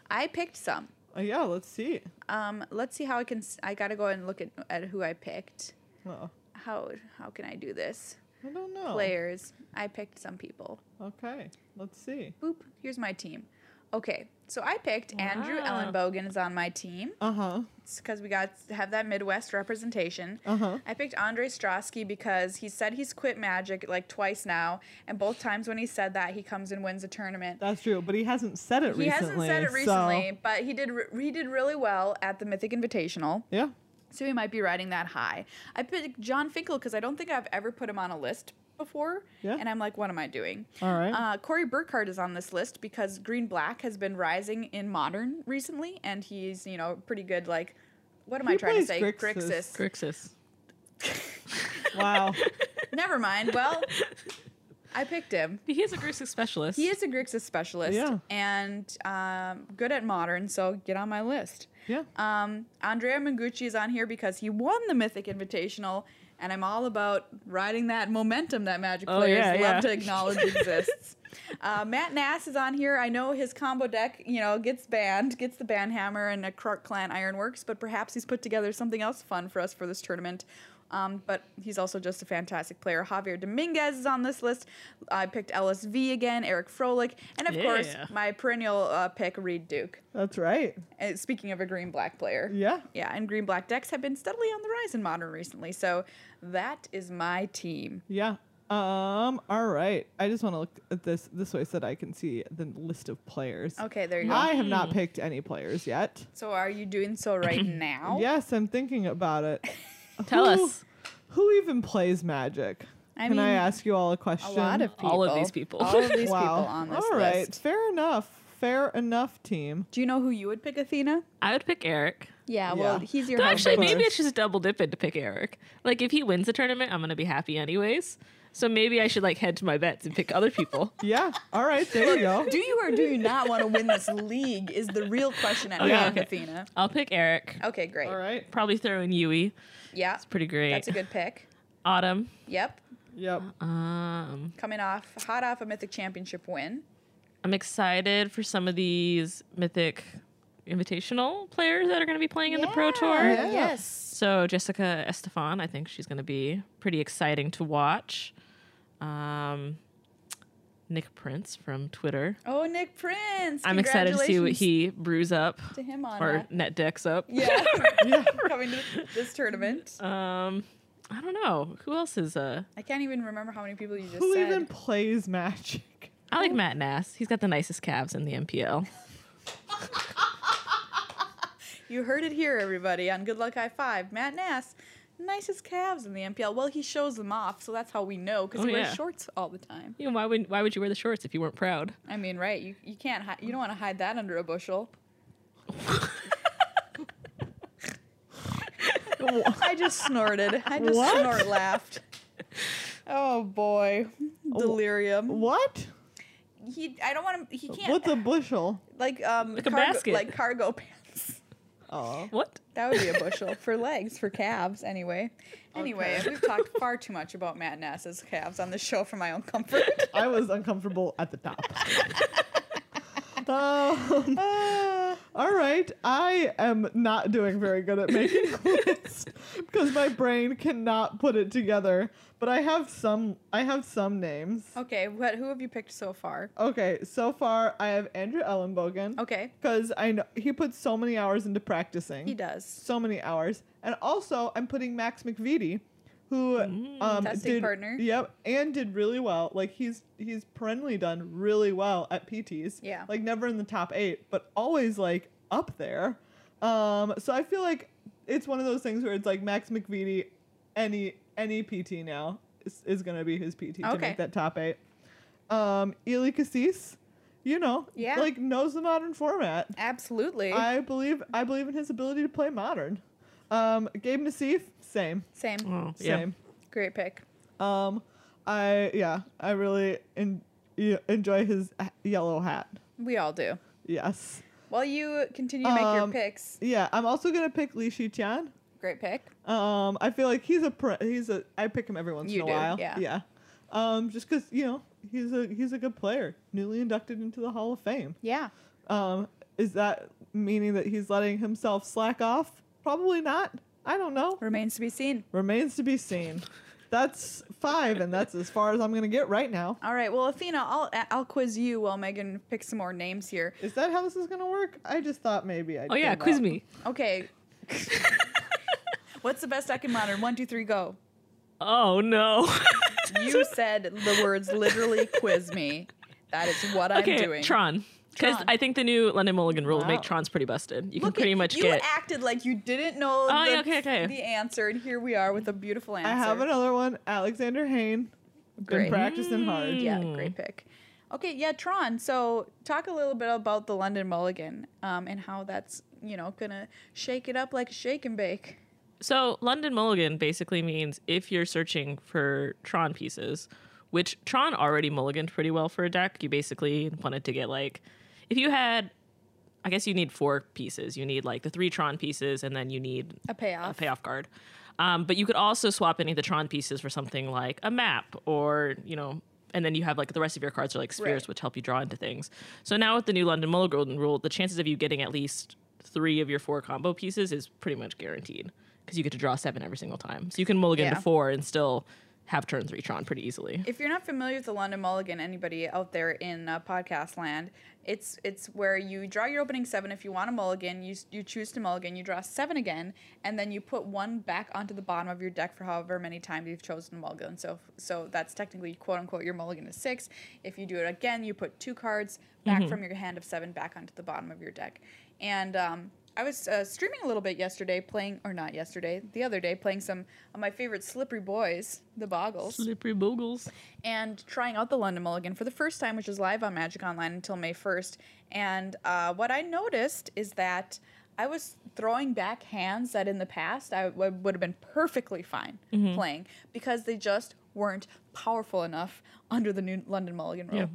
Speaker 1: I picked some.
Speaker 2: Uh, yeah. Let's see.
Speaker 1: Um, let's see how I can. s- I gotta go and look at, at who I picked.
Speaker 2: Oh,
Speaker 1: How how can I do this?
Speaker 2: I don't know.
Speaker 1: Players. I picked some people.
Speaker 2: Okay. Let's see.
Speaker 1: Boop. Here's my team. Okay, so I picked Andrew
Speaker 3: Wow.
Speaker 1: Ellenbogen is on my team
Speaker 2: Uh huh.
Speaker 1: because we got to have that Midwest representation.
Speaker 2: Uh huh.
Speaker 1: I picked Andre Strosky because he said he's quit Magic like twice now, and both times when he said that, he comes and wins a tournament.
Speaker 2: That's true. But he hasn't said it
Speaker 1: he hasn't
Speaker 2: recently.
Speaker 1: said it
Speaker 2: so-
Speaker 1: recently, but he did re- he did really well at the Mythic Invitational.
Speaker 2: Yeah.
Speaker 1: So he might be riding that high. I picked John Finkel because I don't think I've ever put him on a list before.
Speaker 2: Yeah.
Speaker 1: And I'm like, what am I doing?
Speaker 2: All right.
Speaker 1: Uh, Corey Burkhardt is on this list because Green Black has been rising in modern recently, and he's, you know, pretty good. Like, what am
Speaker 2: He
Speaker 1: I trying to
Speaker 2: plays
Speaker 1: say?
Speaker 2: Grixis.
Speaker 3: Grixis.
Speaker 2: wow.
Speaker 1: Never mind. Well, I picked him.
Speaker 3: He is a Grixis specialist.
Speaker 1: He is a Grixis specialist
Speaker 2: Yeah.
Speaker 1: and um, good at modern, so get on my list.
Speaker 2: Yeah.
Speaker 1: Um, Andrea Mangucci is on here because he won the Mythic Invitational, and I'm all about riding that momentum that Magic
Speaker 3: Oh,
Speaker 1: players
Speaker 3: yeah,
Speaker 1: love
Speaker 3: yeah.
Speaker 1: to acknowledge exists. Uh, Matt Nass is on here. I know his combo deck, you know, gets banned, gets the ban hammer and a Clark Clan Ironworks, but perhaps he's put together something else fun for us for this tournament. Um, but he's also just a fantastic player. Javier Dominguez is on this list. I picked LSV again, Eric Froelich, and of course
Speaker 3: Yeah.
Speaker 1: my perennial uh, pick, Reed Duke.
Speaker 2: That's right.
Speaker 1: Uh, speaking of a green black player.
Speaker 2: Yeah.
Speaker 1: Yeah, and green black decks have been steadily on the rise in modern recently. So that is my team.
Speaker 2: Yeah. Um. All right. I just want to look at this this way so that I can see the list of players.
Speaker 1: Okay, there you go.
Speaker 2: I have not picked any players yet.
Speaker 1: so are you doing so right now?
Speaker 2: Yes, I'm thinking about it.
Speaker 3: Tell
Speaker 2: Who-
Speaker 3: us.
Speaker 2: Who even plays Magic?
Speaker 1: I
Speaker 2: Can
Speaker 1: mean,
Speaker 2: I ask you all a
Speaker 1: a
Speaker 2: question?
Speaker 1: lot of people.
Speaker 3: All of these people.
Speaker 1: All of these
Speaker 2: wow.
Speaker 1: people on this
Speaker 2: all right,
Speaker 1: list.
Speaker 2: fair enough. Fair enough, team.
Speaker 1: Do you know who you would pick, Athena?
Speaker 3: I would pick Eric.
Speaker 1: Yeah,
Speaker 2: well,
Speaker 1: well,
Speaker 2: Yeah.
Speaker 1: he's your
Speaker 3: Though actually,
Speaker 1: husband.
Speaker 3: maybe it's just double dipping to pick Eric. Like, if he wins the tournament, I'm gonna be happy anyways. So maybe I should like head to my bets and pick other people.
Speaker 2: Yeah. All right, there you go.
Speaker 1: Do you or do you not want to win this league is the real question at
Speaker 3: Okay,
Speaker 1: hand,
Speaker 3: okay.
Speaker 1: Athena.
Speaker 3: I'll pick Eric.
Speaker 1: Okay, great.
Speaker 2: All right.
Speaker 3: Probably throw in Yui.
Speaker 1: Yeah,
Speaker 3: It's pretty great.
Speaker 1: that's a good pick.
Speaker 3: Autumn.
Speaker 1: Yep.
Speaker 2: Yep.
Speaker 3: Um,
Speaker 1: Coming off, hot off a Mythic Championship win.
Speaker 3: I'm excited for some of these mythic invitational players that are gonna be playing in the pro tour.
Speaker 2: Yeah.
Speaker 1: Yes.
Speaker 3: So Jessica Estefan, I think she's going to be pretty exciting to watch. Um, Nick Prince from Twitter.
Speaker 1: Oh, Nick Prince.
Speaker 3: I'm excited to see what
Speaker 1: Congratulations
Speaker 3: he brews up
Speaker 1: to him on
Speaker 3: or
Speaker 1: that.
Speaker 3: net decks up.
Speaker 1: Yeah. Coming to this tournament.
Speaker 3: Um, I don't know who else is. Uh,
Speaker 1: I can't even remember how many people you just
Speaker 2: Who
Speaker 1: said.
Speaker 2: even plays magic?
Speaker 3: I like Matt Nass. He's got the nicest calves in the MPL.
Speaker 1: You heard it here, everybody, on Good Luck High Five. Matt Nass, nicest calves in the MPL. Well, he shows them off, so that's how we know because
Speaker 3: Oh,
Speaker 1: he wears
Speaker 3: yeah.
Speaker 1: shorts all the time.
Speaker 3: You know, why would why would you wear the shorts if you weren't proud?
Speaker 1: I mean, right? You you can't hi- you don't want to hide that under a bushel. I just snorted. I just
Speaker 2: What?
Speaker 1: snort laughed. Oh boy, delirium.
Speaker 2: What?
Speaker 1: He I don't want him. He can't
Speaker 2: What's a bushel?
Speaker 1: like um
Speaker 3: Like a
Speaker 1: cargo,
Speaker 3: basket.
Speaker 1: like cargo pants.
Speaker 2: Oh.
Speaker 3: What?
Speaker 1: That would be a bushel for legs, for calves, anyway. Anyway, we've talked far too much about Matt Nass's calves on this show for my own comfort.
Speaker 2: I was uncomfortable at the top. Um, all right, I am not doing very good at making lists because my brain cannot put it together. But I have some. I have some names.
Speaker 1: okay, what, who have you picked so far?
Speaker 2: Okay, so far I have Andrew Ellenbogen
Speaker 1: Okay,
Speaker 2: because I know he puts so many hours into practicing.
Speaker 1: he does.
Speaker 2: so many hours. And also, I'm putting Max McVitie, who um,
Speaker 1: Mm, Testing
Speaker 2: did,
Speaker 1: partner.
Speaker 2: Yep, and did really well. Like he's he's perennially done really well at PTs.
Speaker 1: Yeah.
Speaker 2: like never in the top eight, but always like up there. Um, so I feel like it's one of those things where it's like Max McVitie, any any PT now is, is gonna be his PT to
Speaker 1: Okay.
Speaker 2: make that top eight. Um, Ely Cassis, you know,
Speaker 1: Yeah.
Speaker 2: like knows the modern format.
Speaker 1: Absolutely.
Speaker 2: I believe I believe in his ability to play modern. Um, Gabe Nassif, same,
Speaker 1: Same.
Speaker 3: Oh, yeah.
Speaker 2: same.
Speaker 1: Great pick.
Speaker 2: Um, I yeah, I really en- y- enjoy his h- yellow hat.
Speaker 1: We all do.
Speaker 2: Yes,
Speaker 1: While you continue to make your
Speaker 2: Um,
Speaker 1: picks,
Speaker 2: yeah. I'm also gonna pick Li Shiqian.
Speaker 1: great pick.
Speaker 2: Um, I feel like he's a pr he's a I pick him every once
Speaker 1: You
Speaker 2: in
Speaker 1: do,
Speaker 2: a while.
Speaker 1: yeah.
Speaker 2: yeah. Um, just because you know he's a he's a good player, newly inducted into the Hall of Fame.
Speaker 1: Yeah.
Speaker 2: Um, is that meaning that he's letting himself slack off? Probably not. I don't know.
Speaker 1: Remains to be seen.
Speaker 2: Remains to be seen. That's five, and that's as far as I'm gonna get right now.
Speaker 1: All right. Well, Athena, I'll I'll quiz you while Megan picks some more names here.
Speaker 2: Is that how this is gonna work? I just thought maybe I.
Speaker 3: Oh yeah, quiz me.
Speaker 1: Okay. What's the best deck in modern? One, two, three, go.
Speaker 3: Oh no.
Speaker 1: You said the words literally quiz me. That is what
Speaker 3: okay,
Speaker 1: I'm doing.
Speaker 3: Tron. Because
Speaker 1: Tron.
Speaker 3: I think the new London Mulligan rule will
Speaker 2: Wow.
Speaker 3: make Tron's pretty busted. You can
Speaker 1: Look at-
Speaker 3: pretty much
Speaker 1: you
Speaker 3: get.
Speaker 1: acted like you didn't know
Speaker 3: Oh,
Speaker 1: the,
Speaker 3: yeah, okay, okay.
Speaker 1: the answer, and here we are with a beautiful answer.
Speaker 2: I have another one. Alexander Hain. Been
Speaker 1: Great.
Speaker 2: practicing hard.
Speaker 3: Mm,
Speaker 1: Yeah,
Speaker 3: Hmm.
Speaker 1: great pick. Okay, yeah, Tron. So talk a little bit about the London Mulligan um, and how that's you know gonna shake it up like a shake and bake.
Speaker 3: So London Mulligan basically means if you're searching for Tron pieces, which Tron already mulliganed pretty well for a deck, you basically wanted to get like, if you had, I guess you need four pieces. You need like the three Tron pieces, and then you need
Speaker 1: A payoff.
Speaker 3: a payoff card. Um, but you could also swap any of the Tron pieces for something like a map or, you know, and then you have like the rest of your cards are like spheres,
Speaker 1: Right.
Speaker 3: which help you draw into things. So now with the new London Muller Golden Rule, the chances of you getting at least three of your four combo pieces is pretty much guaranteed because you get to draw seven every single time. So you can mulligan
Speaker 1: Yeah.
Speaker 3: to four and still have turn three Tron pretty easily.
Speaker 1: If you're not familiar with the London Mulligan, anybody out there in uh, podcast land, it's it's where you draw your opening seven. If you want a mulligan, you s- you choose to mulligan. You draw seven again, and then you put one back onto the bottom of your deck for however many times you've chosen to mulligan. So so that's technically quote unquote your mulligan is six. If you do it again, you put two cards back from your hand of seven back onto the bottom of your deck, and um, I was uh, streaming a little bit yesterday, playing or not yesterday, the other day, playing some of my favorite Slippery Boys, the Boggles,
Speaker 3: Slippery Boogles.
Speaker 1: and trying out the London Mulligan for the first time, which is live on Magic Online until May first. And uh, what I noticed is that I was throwing back hands that in the past I w- would have been perfectly fine playing because they just weren't powerful enough under the new London Mulligan rule.
Speaker 3: Yeah.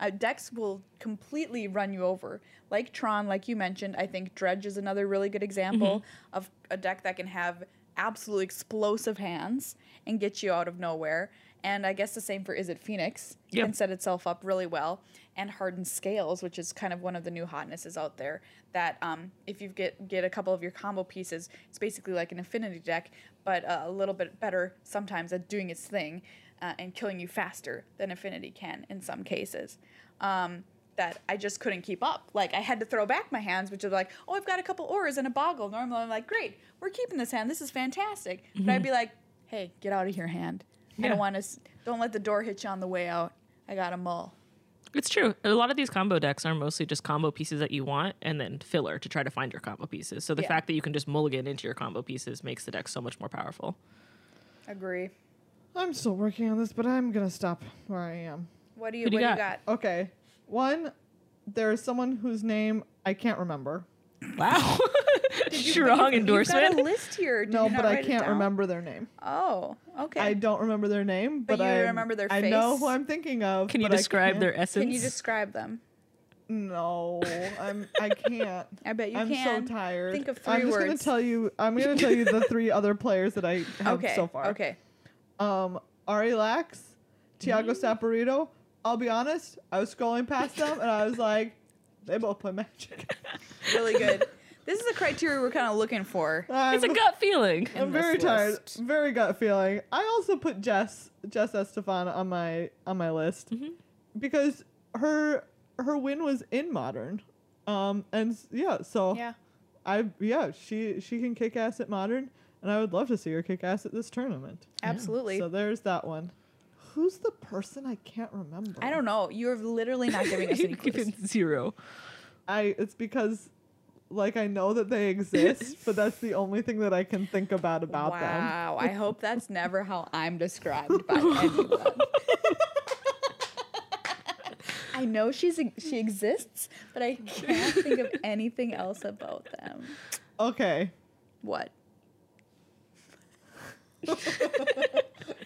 Speaker 1: Uh, decks will completely run you over. Like Tron, like you mentioned, I think Dredge is another really good example of a deck that can have absolutely explosive hands and get you out of nowhere. And I guess the same for Is It Phoenix
Speaker 3: Yeah.
Speaker 1: can set itself up really well. And Hardened Scales, which is kind of one of the new hotnesses out there, that um, if you get get a couple of your combo pieces, it's basically like an affinity deck, but uh, a little bit better sometimes at doing its thing uh, and killing you faster than affinity can in some cases um, that I just couldn't keep up. Like I had to throw back my hands, which is like, oh, I've got a couple oars and a boggle. Normally I'm like, great, we're keeping this hand. This is fantastic. But I'd be like, hey, get out of here, hand. I
Speaker 3: Yeah.
Speaker 1: don't want to. S- don't let the door hit you on the way out. I got a mull.
Speaker 3: It's true. A lot of these combo decks are mostly just combo pieces that you want and then filler to try to find your combo pieces. So the
Speaker 1: Yeah.
Speaker 3: fact that you can just mulligan into your combo pieces makes the deck so much more powerful.
Speaker 1: Agree.
Speaker 2: I'm still working on this, but I'm gonna stop where I am.
Speaker 1: What do you?
Speaker 3: Who do
Speaker 1: what
Speaker 3: you
Speaker 1: do you got?
Speaker 3: got?
Speaker 2: Okay. One, there is someone whose name I can't remember.
Speaker 3: Wow. Strong
Speaker 1: You've got a
Speaker 3: endorsement.
Speaker 1: list here. Did
Speaker 2: No,
Speaker 1: you not
Speaker 2: but I
Speaker 1: write it
Speaker 2: can't
Speaker 1: down?
Speaker 2: remember their name.
Speaker 1: Oh, okay.
Speaker 2: I don't remember their name,
Speaker 1: But
Speaker 2: but,
Speaker 1: you
Speaker 2: I
Speaker 1: remember their
Speaker 2: I know
Speaker 1: face?
Speaker 2: who I'm thinking of.
Speaker 3: Can you
Speaker 2: but I
Speaker 3: describe
Speaker 2: can't-
Speaker 3: their essence?
Speaker 1: Can you describe them?
Speaker 2: No, I'm. I can't.
Speaker 1: I bet you
Speaker 2: I'm
Speaker 1: can.
Speaker 2: so tired.
Speaker 1: Think of
Speaker 2: I'm
Speaker 1: three
Speaker 2: just gonna
Speaker 1: words.
Speaker 2: tell you. I'm gonna tell you the three other players that I have
Speaker 1: okay.
Speaker 2: so far.
Speaker 1: Okay.
Speaker 2: Um, Ari Lax, Tiago
Speaker 1: Mm-hmm.
Speaker 2: Saporito. I'll be honest. I was scrolling past them and I was like, they both play magic.
Speaker 1: Really good. this is the criteria we're kind of looking for.
Speaker 2: I'm,
Speaker 3: It's a gut feeling.
Speaker 2: I'm
Speaker 1: in
Speaker 2: very
Speaker 1: this
Speaker 2: tired.
Speaker 1: list.
Speaker 2: Very gut feeling. I also put Jess Jess Estefan on my on my list
Speaker 3: Mm-hmm.
Speaker 2: because her her win was in modern. Um and s- yeah, so
Speaker 1: Yeah.
Speaker 2: I yeah, she she can kick ass at modern and I would love to see her kick ass at this tournament.
Speaker 1: Absolutely.
Speaker 2: So there's that one. Who's the person I can't remember?
Speaker 1: I don't know. You're literally not giving us any
Speaker 3: You've
Speaker 1: clues.
Speaker 3: given zero.
Speaker 2: I it's because like I know that they exist, but that's the only thing that I can think about about them.
Speaker 1: Wow. I hope that's never how I'm described by anyone. I know she's she exists, but I can't think of anything else about them.
Speaker 2: Okay.
Speaker 1: What?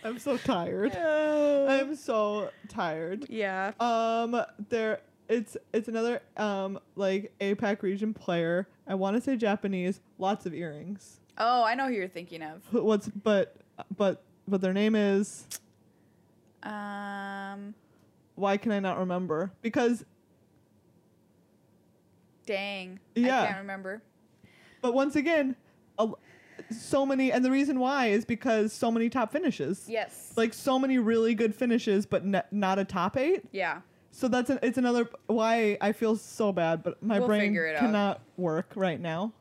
Speaker 2: I'm so tired. I'm so tired.
Speaker 1: Yeah.
Speaker 2: Um, there it's it's another um like APAC region player. I want to say Japanese. Lots of earrings.
Speaker 1: Oh, I know who you're thinking of.
Speaker 2: Who- What's but but but their name is.
Speaker 1: Um,
Speaker 2: Why can I not remember? Because
Speaker 1: dang. I
Speaker 2: Yeah.
Speaker 1: can't remember.
Speaker 2: but once again, a, so many and the reason why is because so many top finishes.
Speaker 1: Yes.
Speaker 2: Like so many really good finishes, but ne- not a top eight.
Speaker 1: yeah.
Speaker 2: So that's an, it's another why I feel so bad, but my
Speaker 1: We'll
Speaker 2: brain
Speaker 1: figure it out.
Speaker 2: cannot work right now.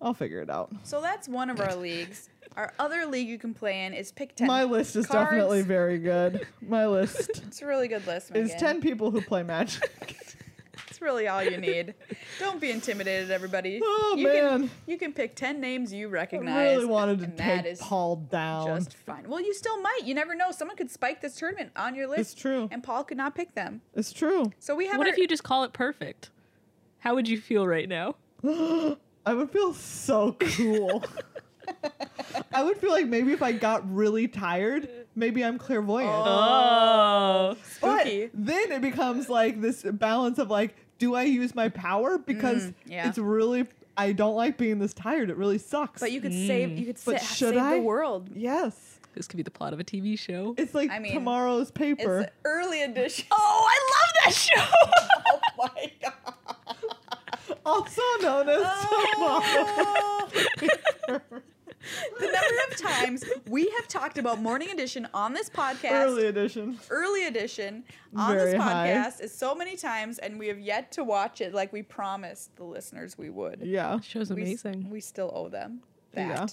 Speaker 2: I'll figure it out.
Speaker 1: So that's one of our leagues. Our other league you can play in is Pick 10.
Speaker 2: My list is
Speaker 1: Cards.
Speaker 2: definitely very good. My list
Speaker 1: It's a really good list, Megan.
Speaker 2: is ten people who play magic.
Speaker 1: It's really all you need. Don't be intimidated, everybody.
Speaker 2: Oh,
Speaker 1: you Can,
Speaker 2: man.
Speaker 1: you can pick 10 names you
Speaker 2: I
Speaker 1: recognize.
Speaker 2: really wanted to
Speaker 1: and that
Speaker 2: take
Speaker 1: is
Speaker 2: Paul down.
Speaker 1: just fine. Well, you still might. You never know. Someone could spike this tournament on your list.
Speaker 2: It's true.
Speaker 1: And Paul could not pick them.
Speaker 2: It's true.
Speaker 1: So we have
Speaker 3: What
Speaker 1: our,
Speaker 3: if you just call it perfect? How would you feel right now?
Speaker 2: I would feel so cool. I would feel like maybe if I got really tired, maybe I'm clairvoyant.
Speaker 1: Oh,
Speaker 3: Oh.
Speaker 1: spooky.
Speaker 2: But then it becomes like this balance of like, do I use my power because
Speaker 1: Mm, yeah.
Speaker 2: it's really I don't like being this tired. It really sucks.
Speaker 1: But you could save you could sa-
Speaker 2: Hmm. But should
Speaker 1: save
Speaker 2: I?
Speaker 1: the world.
Speaker 2: yes,
Speaker 3: This could be the plot of a TV show.
Speaker 2: it's like
Speaker 1: I mean,
Speaker 2: tomorrow's
Speaker 1: It's
Speaker 2: paper.
Speaker 1: an early edition.
Speaker 3: Oh, I love that show.
Speaker 1: Oh my god.
Speaker 2: also known as
Speaker 1: Oh,
Speaker 2: tomorrow's paper.
Speaker 1: the number of times we have talked about morning edition on this podcast.
Speaker 2: Early edition.
Speaker 1: early edition on
Speaker 2: Very
Speaker 1: this
Speaker 2: high.
Speaker 1: podcast is so many times, and we have yet to watch it like we promised the listeners we would.
Speaker 2: Yeah.
Speaker 3: Show's
Speaker 1: We s-
Speaker 3: amazing.
Speaker 1: We, still owe them that.
Speaker 2: Yeah.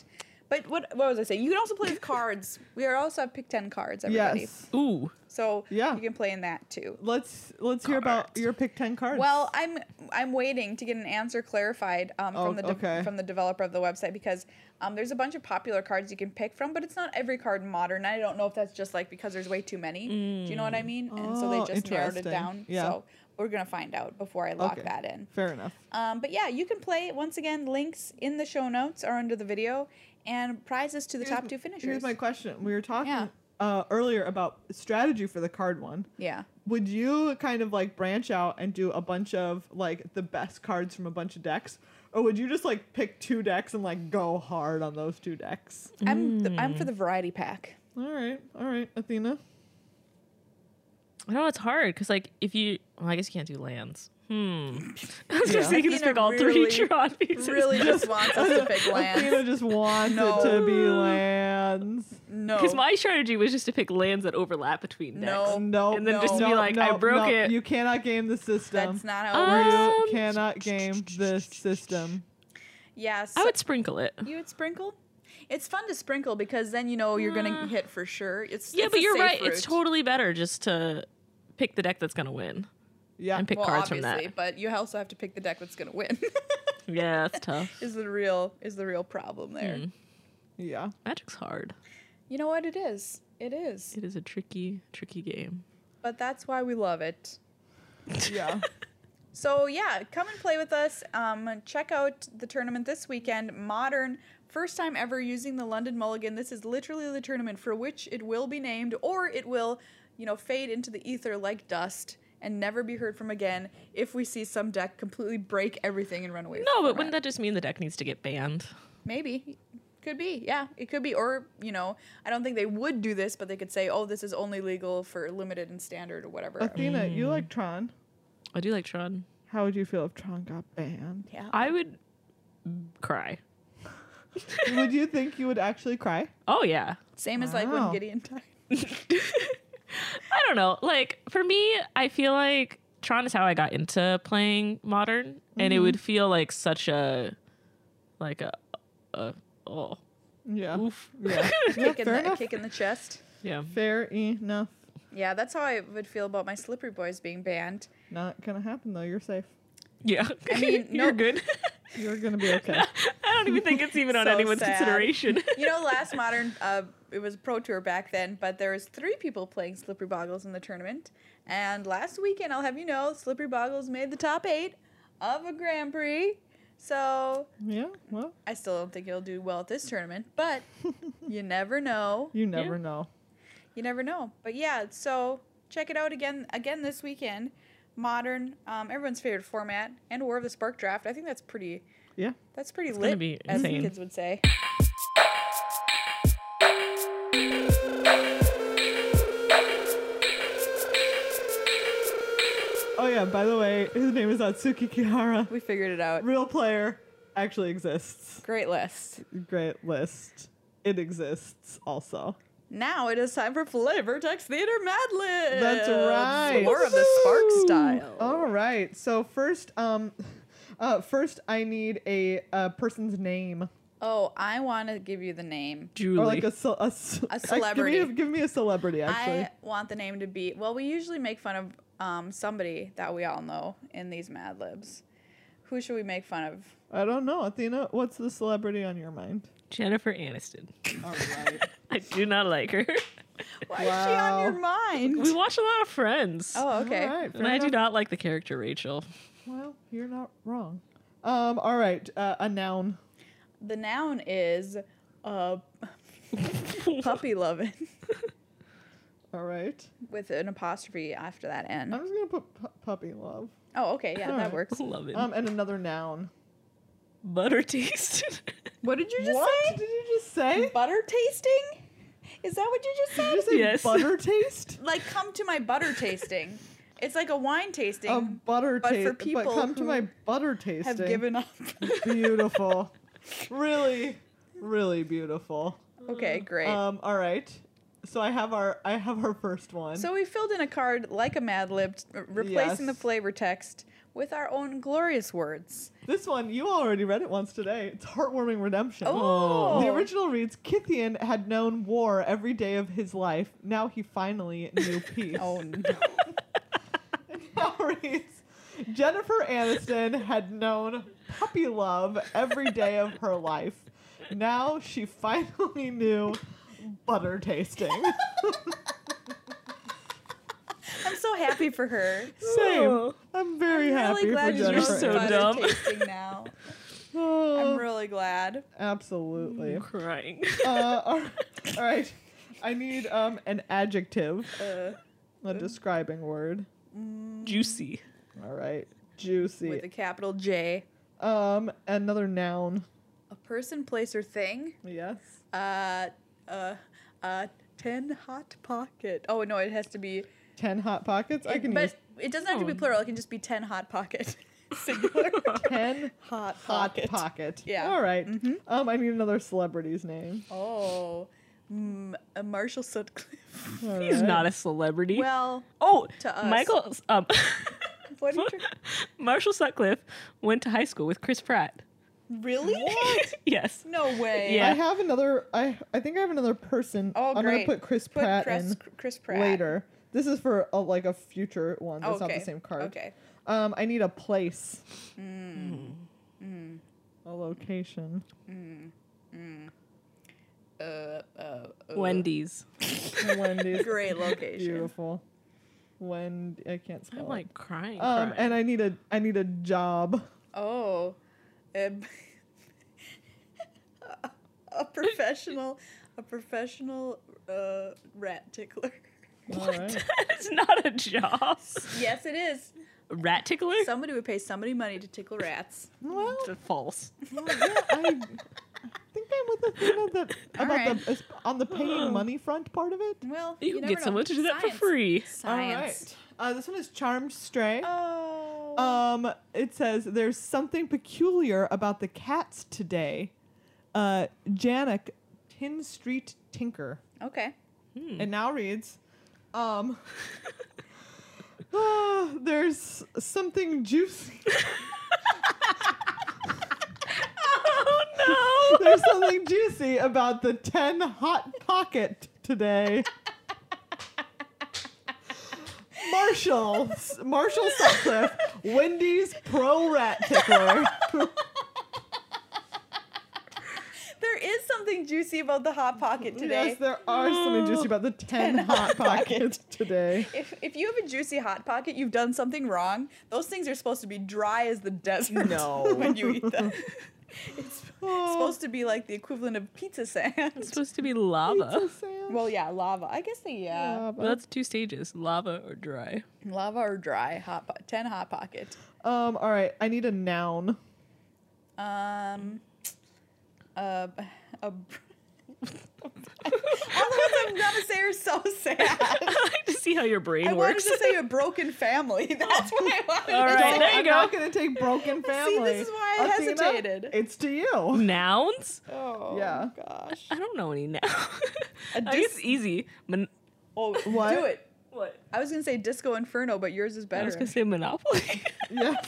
Speaker 1: But what what was I saying? You can also play with cards. We are also have pick ten cards, everybody.
Speaker 2: Yes.
Speaker 3: Ooh.
Speaker 1: So
Speaker 2: Yeah.
Speaker 1: you can play in that too.
Speaker 2: Let's let's hear about
Speaker 3: Cards.
Speaker 2: your pick ten cards.
Speaker 1: Well, I'm I'm waiting to get an answer clarified um,
Speaker 2: Oh,
Speaker 1: from the de-
Speaker 2: okay.
Speaker 1: from the developer of the website because um, there's a bunch of popular cards you can pick from, but it's not every card in modern. I don't know if that's just like because there's way too many. Do you know what I mean? And so
Speaker 2: Oh,
Speaker 1: they just narrowed it
Speaker 2: interesting.
Speaker 1: down.
Speaker 2: Yeah.
Speaker 1: So we're gonna find out before I lock
Speaker 2: Okay.
Speaker 1: that in.
Speaker 2: fair enough.
Speaker 1: Um, but yeah, you can play once again. Links in the show notes are under the video, and prizes to the
Speaker 2: Here's
Speaker 1: top
Speaker 2: m-
Speaker 1: two finishers.
Speaker 2: Here's my question. We were talking
Speaker 1: Yeah.
Speaker 2: uh, earlier about strategy for the card one.
Speaker 1: yeah.
Speaker 2: Would you kind of like branch out and do a bunch of like the best cards from a bunch of decks? Or would you just like pick two decks and like go hard on those two decks?
Speaker 1: I'm th- I'm for the variety pack.
Speaker 2: All right, all right, Athena.
Speaker 3: I know it's hard because, like, if you, well, I guess you can't do lands. Hmm. I was
Speaker 2: Yeah.
Speaker 3: just thinking, just
Speaker 1: Athena
Speaker 3: pick all
Speaker 1: really-
Speaker 3: three drawn pieces.
Speaker 1: Really just wants us to pick
Speaker 2: Athena
Speaker 1: lands.
Speaker 2: just wants it to
Speaker 1: No.
Speaker 2: be lands.
Speaker 1: No.
Speaker 3: Because my strategy was just to pick lands that overlap between decks.
Speaker 1: No.
Speaker 2: No,
Speaker 3: And then just
Speaker 2: no,
Speaker 3: be like,
Speaker 2: no,
Speaker 3: I
Speaker 2: no,
Speaker 3: broke it.
Speaker 2: You cannot game the system.
Speaker 1: That's not
Speaker 3: Uh,
Speaker 1: how it works.
Speaker 2: you
Speaker 3: Um,
Speaker 2: cannot game the system.
Speaker 1: Yes.
Speaker 3: I would sprinkle it.
Speaker 1: You would sprinkle? It's fun to sprinkle because then you know you're gonna
Speaker 3: Uh,
Speaker 1: hit for sure. It's
Speaker 3: Yeah,
Speaker 1: it's
Speaker 3: but
Speaker 1: a
Speaker 3: you're
Speaker 1: safe
Speaker 3: right. It's
Speaker 1: route.
Speaker 3: totally better just to pick the deck that's going to win
Speaker 2: Yeah.
Speaker 3: and pick
Speaker 1: Uh, well,
Speaker 3: cards from that.
Speaker 1: obviously, but you also have to pick the deck that's gonna win.
Speaker 3: Yeah, that's tough.
Speaker 1: is the real is the real problem there?
Speaker 3: Hmm.
Speaker 2: Yeah.
Speaker 3: Magic's hard.
Speaker 1: You know what? It is. It is.
Speaker 3: It is a tricky, tricky game.
Speaker 1: But that's why we love it.
Speaker 2: Yeah.
Speaker 1: So yeah, come and play with us. Um, check out the tournament this weekend. Modern, first time ever using the London Mulligan. This is literally the tournament for which it will be named, or it will, you know, fade into the ether like dust and never be heard from again. If we see some deck completely break everything and run away. with
Speaker 3: No,
Speaker 1: the
Speaker 3: but wouldn't
Speaker 1: format.
Speaker 3: that just mean the deck needs to get banned?
Speaker 1: maybe could be yeah it could be or you know i don't think they would do this but they could say oh this is only legal for limited and standard or whatever
Speaker 2: Athena, you like Tron.
Speaker 3: I do like Tron.
Speaker 2: How would you feel if Tron got banned?
Speaker 1: yeah
Speaker 3: I would cry.
Speaker 2: would you think you would actually cry?
Speaker 3: Oh yeah.
Speaker 1: same as like when
Speaker 2: Wow.
Speaker 1: gideon died
Speaker 3: I don't know. Like for me, I feel like Tron is how I got into playing modern, and it
Speaker 1: Mm-hmm.
Speaker 3: would feel like such a, like a, a oh
Speaker 2: Yeah.
Speaker 3: oof
Speaker 2: Yeah. Yeah,
Speaker 1: kick, in
Speaker 2: fair,
Speaker 1: the,
Speaker 2: enough.
Speaker 1: kick in the chest
Speaker 3: yeah.
Speaker 2: fair enough.
Speaker 1: yeah that's how i would feel about my slippery boys being banned
Speaker 2: Not gonna happen though. You're safe.
Speaker 3: Yeah,
Speaker 1: I mean,
Speaker 3: you're
Speaker 1: no-
Speaker 3: good.
Speaker 2: You're gonna be okay.
Speaker 3: I don't even think it's even on
Speaker 1: So
Speaker 3: anyone's
Speaker 1: sad.
Speaker 3: consideration.
Speaker 1: you know last modern uh, it was pro tour back then but there was three people playing slippery boggles in the tournament and last weekend i'll have you know slippery boggles made the top eight of a grand prix so
Speaker 2: yeah. Well,
Speaker 1: I still don't think he'll do well at this tournament, but you never know.
Speaker 2: you never know.
Speaker 1: You never know. But yeah, so check it out again again this weekend. Modern, um, everyone's favorite format, and War of the Spark Draft. I think that's pretty.
Speaker 2: Yeah.
Speaker 1: That's pretty
Speaker 3: gonna
Speaker 1: lit,
Speaker 3: be
Speaker 1: as the
Speaker 3: insane.
Speaker 1: kids would say.
Speaker 2: Oh yeah. By the way, his name is Atsuki Kihara.
Speaker 1: We figured it out.
Speaker 2: Real player actually exists.
Speaker 1: Great list.
Speaker 2: Great list. It exists also.
Speaker 1: Now it is time for Flavor Text Theater Mad Libs.
Speaker 2: That's right.
Speaker 1: War of the Spark style.
Speaker 2: All right. So first, um, uh, first I need a, uh person's name.
Speaker 1: Oh, I want to give you the name.
Speaker 3: Julie.
Speaker 2: Or like a, ce- a, ce-
Speaker 1: A
Speaker 2: give me Give me,
Speaker 1: celebrity.
Speaker 2: a celebrity, actually.
Speaker 1: I want the name to be. Well, we usually make fun of um, somebody that we all know in these Mad Libs. Who should we make fun of?
Speaker 2: I, don't know, Athena. What's the celebrity on your mind?
Speaker 3: Jennifer Aniston.
Speaker 2: All right.
Speaker 3: I do not like her.
Speaker 1: Why is she on your mind?
Speaker 3: We watch a lot of Friends.
Speaker 1: Oh, okay.
Speaker 2: All right. Fair
Speaker 3: And I do
Speaker 2: enough.
Speaker 3: not like the character Rachel.
Speaker 2: Well, you're not wrong. Um. All right. Uh, a noun.
Speaker 1: The noun is uh, puppy loving
Speaker 2: All right.
Speaker 1: with an apostrophe after that
Speaker 2: I'm
Speaker 1: N.
Speaker 2: just gonna put pu- puppy love.
Speaker 1: Oh, okay. Yeah, that
Speaker 2: Alright.
Speaker 1: works.
Speaker 3: Love it.
Speaker 2: Um. And another noun.
Speaker 3: Butter taste.
Speaker 1: What did you just
Speaker 2: what
Speaker 1: say?
Speaker 2: did you just say?
Speaker 1: Butter tasting? Is that what you just
Speaker 2: Did
Speaker 1: said?
Speaker 2: you say
Speaker 3: Yes.
Speaker 2: butter taste?
Speaker 1: Like, come to my butter tasting. It's like a wine tasting.
Speaker 2: A butter
Speaker 1: But for
Speaker 2: taste. But
Speaker 1: people
Speaker 2: come to
Speaker 1: who
Speaker 2: my butter Um, tasting.
Speaker 1: have given up.
Speaker 2: beautiful. really, really beautiful.
Speaker 1: okay, great.
Speaker 2: Um, all right. So I have our I have our first one.
Speaker 1: So we filled in a card like a Mad Lib, t- replacing the
Speaker 2: Yes.
Speaker 1: flavor text with our own glorious words.
Speaker 2: This one, you already read it once today. It's Heartwarming Redemption.
Speaker 1: Oh.
Speaker 2: The original reads Kithian had known war every day of his life. Now he finally knew peace.
Speaker 1: Oh no.
Speaker 2: Now reads Jennifer Aniston had known puppy love every day of her life. Now she finally knew butter tasting.
Speaker 1: I'm so happy for her.
Speaker 2: Same. I'm very
Speaker 1: Oh. I'm
Speaker 2: happy
Speaker 1: really glad
Speaker 2: for
Speaker 1: you
Speaker 2: Jennifer.
Speaker 1: are
Speaker 3: so
Speaker 2: Aniston.
Speaker 1: so
Speaker 3: dumb.
Speaker 1: dumb. tasting now.
Speaker 2: Oh,
Speaker 1: I'm really glad.
Speaker 2: absolutely.
Speaker 3: Crying.
Speaker 2: uh, all right- all right. I need um, an adjective,
Speaker 1: Uh,
Speaker 2: a describing word.
Speaker 3: Juicy.
Speaker 2: All right.
Speaker 1: with a
Speaker 2: Juicy.
Speaker 1: capital J.
Speaker 2: Um, another noun.
Speaker 1: A person, place, or thing.
Speaker 2: Yes.
Speaker 1: Uh, uh, uh, ten hot pocket. Oh no, it has to be.
Speaker 2: Ten hot pockets. I
Speaker 1: it-
Speaker 2: can
Speaker 1: but
Speaker 2: use
Speaker 1: it doesn't have to be
Speaker 3: Oh.
Speaker 1: plural. It can just be ten hot pocket. Singular.
Speaker 2: ten
Speaker 1: hot
Speaker 2: hot
Speaker 1: pocket.
Speaker 2: pocket.
Speaker 1: Yeah. Mm-hmm.
Speaker 2: All right. Um, I need another celebrity's name.
Speaker 1: Oh, mm, uh, Marshall Sutcliffe.
Speaker 2: All
Speaker 3: He's
Speaker 2: right.
Speaker 3: not a celebrity.
Speaker 1: Well,
Speaker 3: oh,
Speaker 1: to us.
Speaker 3: Michael. Um,
Speaker 1: what? did
Speaker 3: Marshall Sutcliffe went to high school with Chris Pratt.
Speaker 1: you- Really?
Speaker 3: yes.
Speaker 1: No way.
Speaker 3: Yeah.
Speaker 2: I have another. I I think I have another person.
Speaker 1: Oh,
Speaker 2: I'm
Speaker 1: great.
Speaker 2: gonna put Chris
Speaker 1: Put
Speaker 2: Pratt
Speaker 1: Chris,
Speaker 2: in
Speaker 1: Chris Pratt
Speaker 2: later. This is for a, like a future one. That's
Speaker 1: okay.
Speaker 2: not the same card.
Speaker 1: Okay. Mm.
Speaker 2: Um, I need a place. Hmm. A location.
Speaker 1: Uh, uh, uh,
Speaker 3: Wendy's.
Speaker 2: Wendy's.
Speaker 1: Great location.
Speaker 2: Beautiful. When I can't spell
Speaker 3: I'm
Speaker 2: it.
Speaker 3: like crying.
Speaker 2: Um,
Speaker 3: crying.
Speaker 2: and I need a I need a job.
Speaker 1: Oh, um, a professional, a professional uh, rat tickler.
Speaker 2: All right.
Speaker 3: it's not a job.
Speaker 1: Yes, it is.
Speaker 3: Rat tickler?
Speaker 1: Somebody would pay somebody money to tickle rats.
Speaker 2: Well,
Speaker 3: False.
Speaker 1: Oh,
Speaker 2: well, yeah, I think I'm with Athena that
Speaker 1: All
Speaker 2: about the is- on the paying money front part of it.
Speaker 1: Well,
Speaker 3: You, can
Speaker 1: never
Speaker 3: get
Speaker 1: know.
Speaker 3: someone to do that for
Speaker 1: Science.
Speaker 3: free.
Speaker 1: Science.
Speaker 2: All right. Uh, this one is charmed stray.
Speaker 1: Oh.
Speaker 2: Um, it says there's something peculiar about the cats today. Uh, Janek, Tin Street Tinker.
Speaker 1: okay.
Speaker 2: It now reads, um, ah, there's something juicy.
Speaker 3: Oh
Speaker 2: There's something juicy about the 10 hot pocket today. Marshall, S- Marshall Sutcliffe, Wendy's pro rat tickler.
Speaker 1: There is something juicy about the hot pocket today.
Speaker 2: Yes, there are something juicy about the 10, hot pockets today.
Speaker 1: if, if you have a juicy hot pocket, you've done something wrong. Those things are supposed to be dry as the desert
Speaker 2: No.
Speaker 1: when you eat them. It's
Speaker 2: Oh.
Speaker 1: supposed to be like the equivalent of pizza
Speaker 3: It's
Speaker 1: sand.
Speaker 3: supposed to be lava.
Speaker 2: Oh, Pizza sandwich.
Speaker 1: Well, yeah, lava. I guess they, yeah.
Speaker 2: but-
Speaker 3: Well, that's two stages lava or dry.
Speaker 1: Lava or dry. Hot po- 10 hot pocket.
Speaker 2: um, all right, I need a noun.
Speaker 1: Um, uh, a, br- all the ones I'm going to say are so sad.
Speaker 3: I like to see how your brain
Speaker 1: I wanted
Speaker 3: works.
Speaker 1: to say a broken family. That's what I wanted
Speaker 3: All
Speaker 1: to
Speaker 3: right,
Speaker 1: say.
Speaker 3: there you
Speaker 2: I'm
Speaker 3: go.
Speaker 2: not going to take broken family.
Speaker 1: is why I
Speaker 2: Athena,
Speaker 1: hesitated.
Speaker 2: It's to you.
Speaker 3: Nouns?
Speaker 1: Oh,
Speaker 2: Yeah.
Speaker 1: gosh.
Speaker 3: I don't know any nouns. I
Speaker 1: A
Speaker 3: guess
Speaker 1: dis-
Speaker 3: easy. Mon-
Speaker 1: Oh,
Speaker 2: What?
Speaker 1: do it.
Speaker 3: what?
Speaker 1: I was gonna say Disco Inferno, but yours is
Speaker 3: I
Speaker 1: better.
Speaker 3: was going to say Monopoly.
Speaker 2: Yes.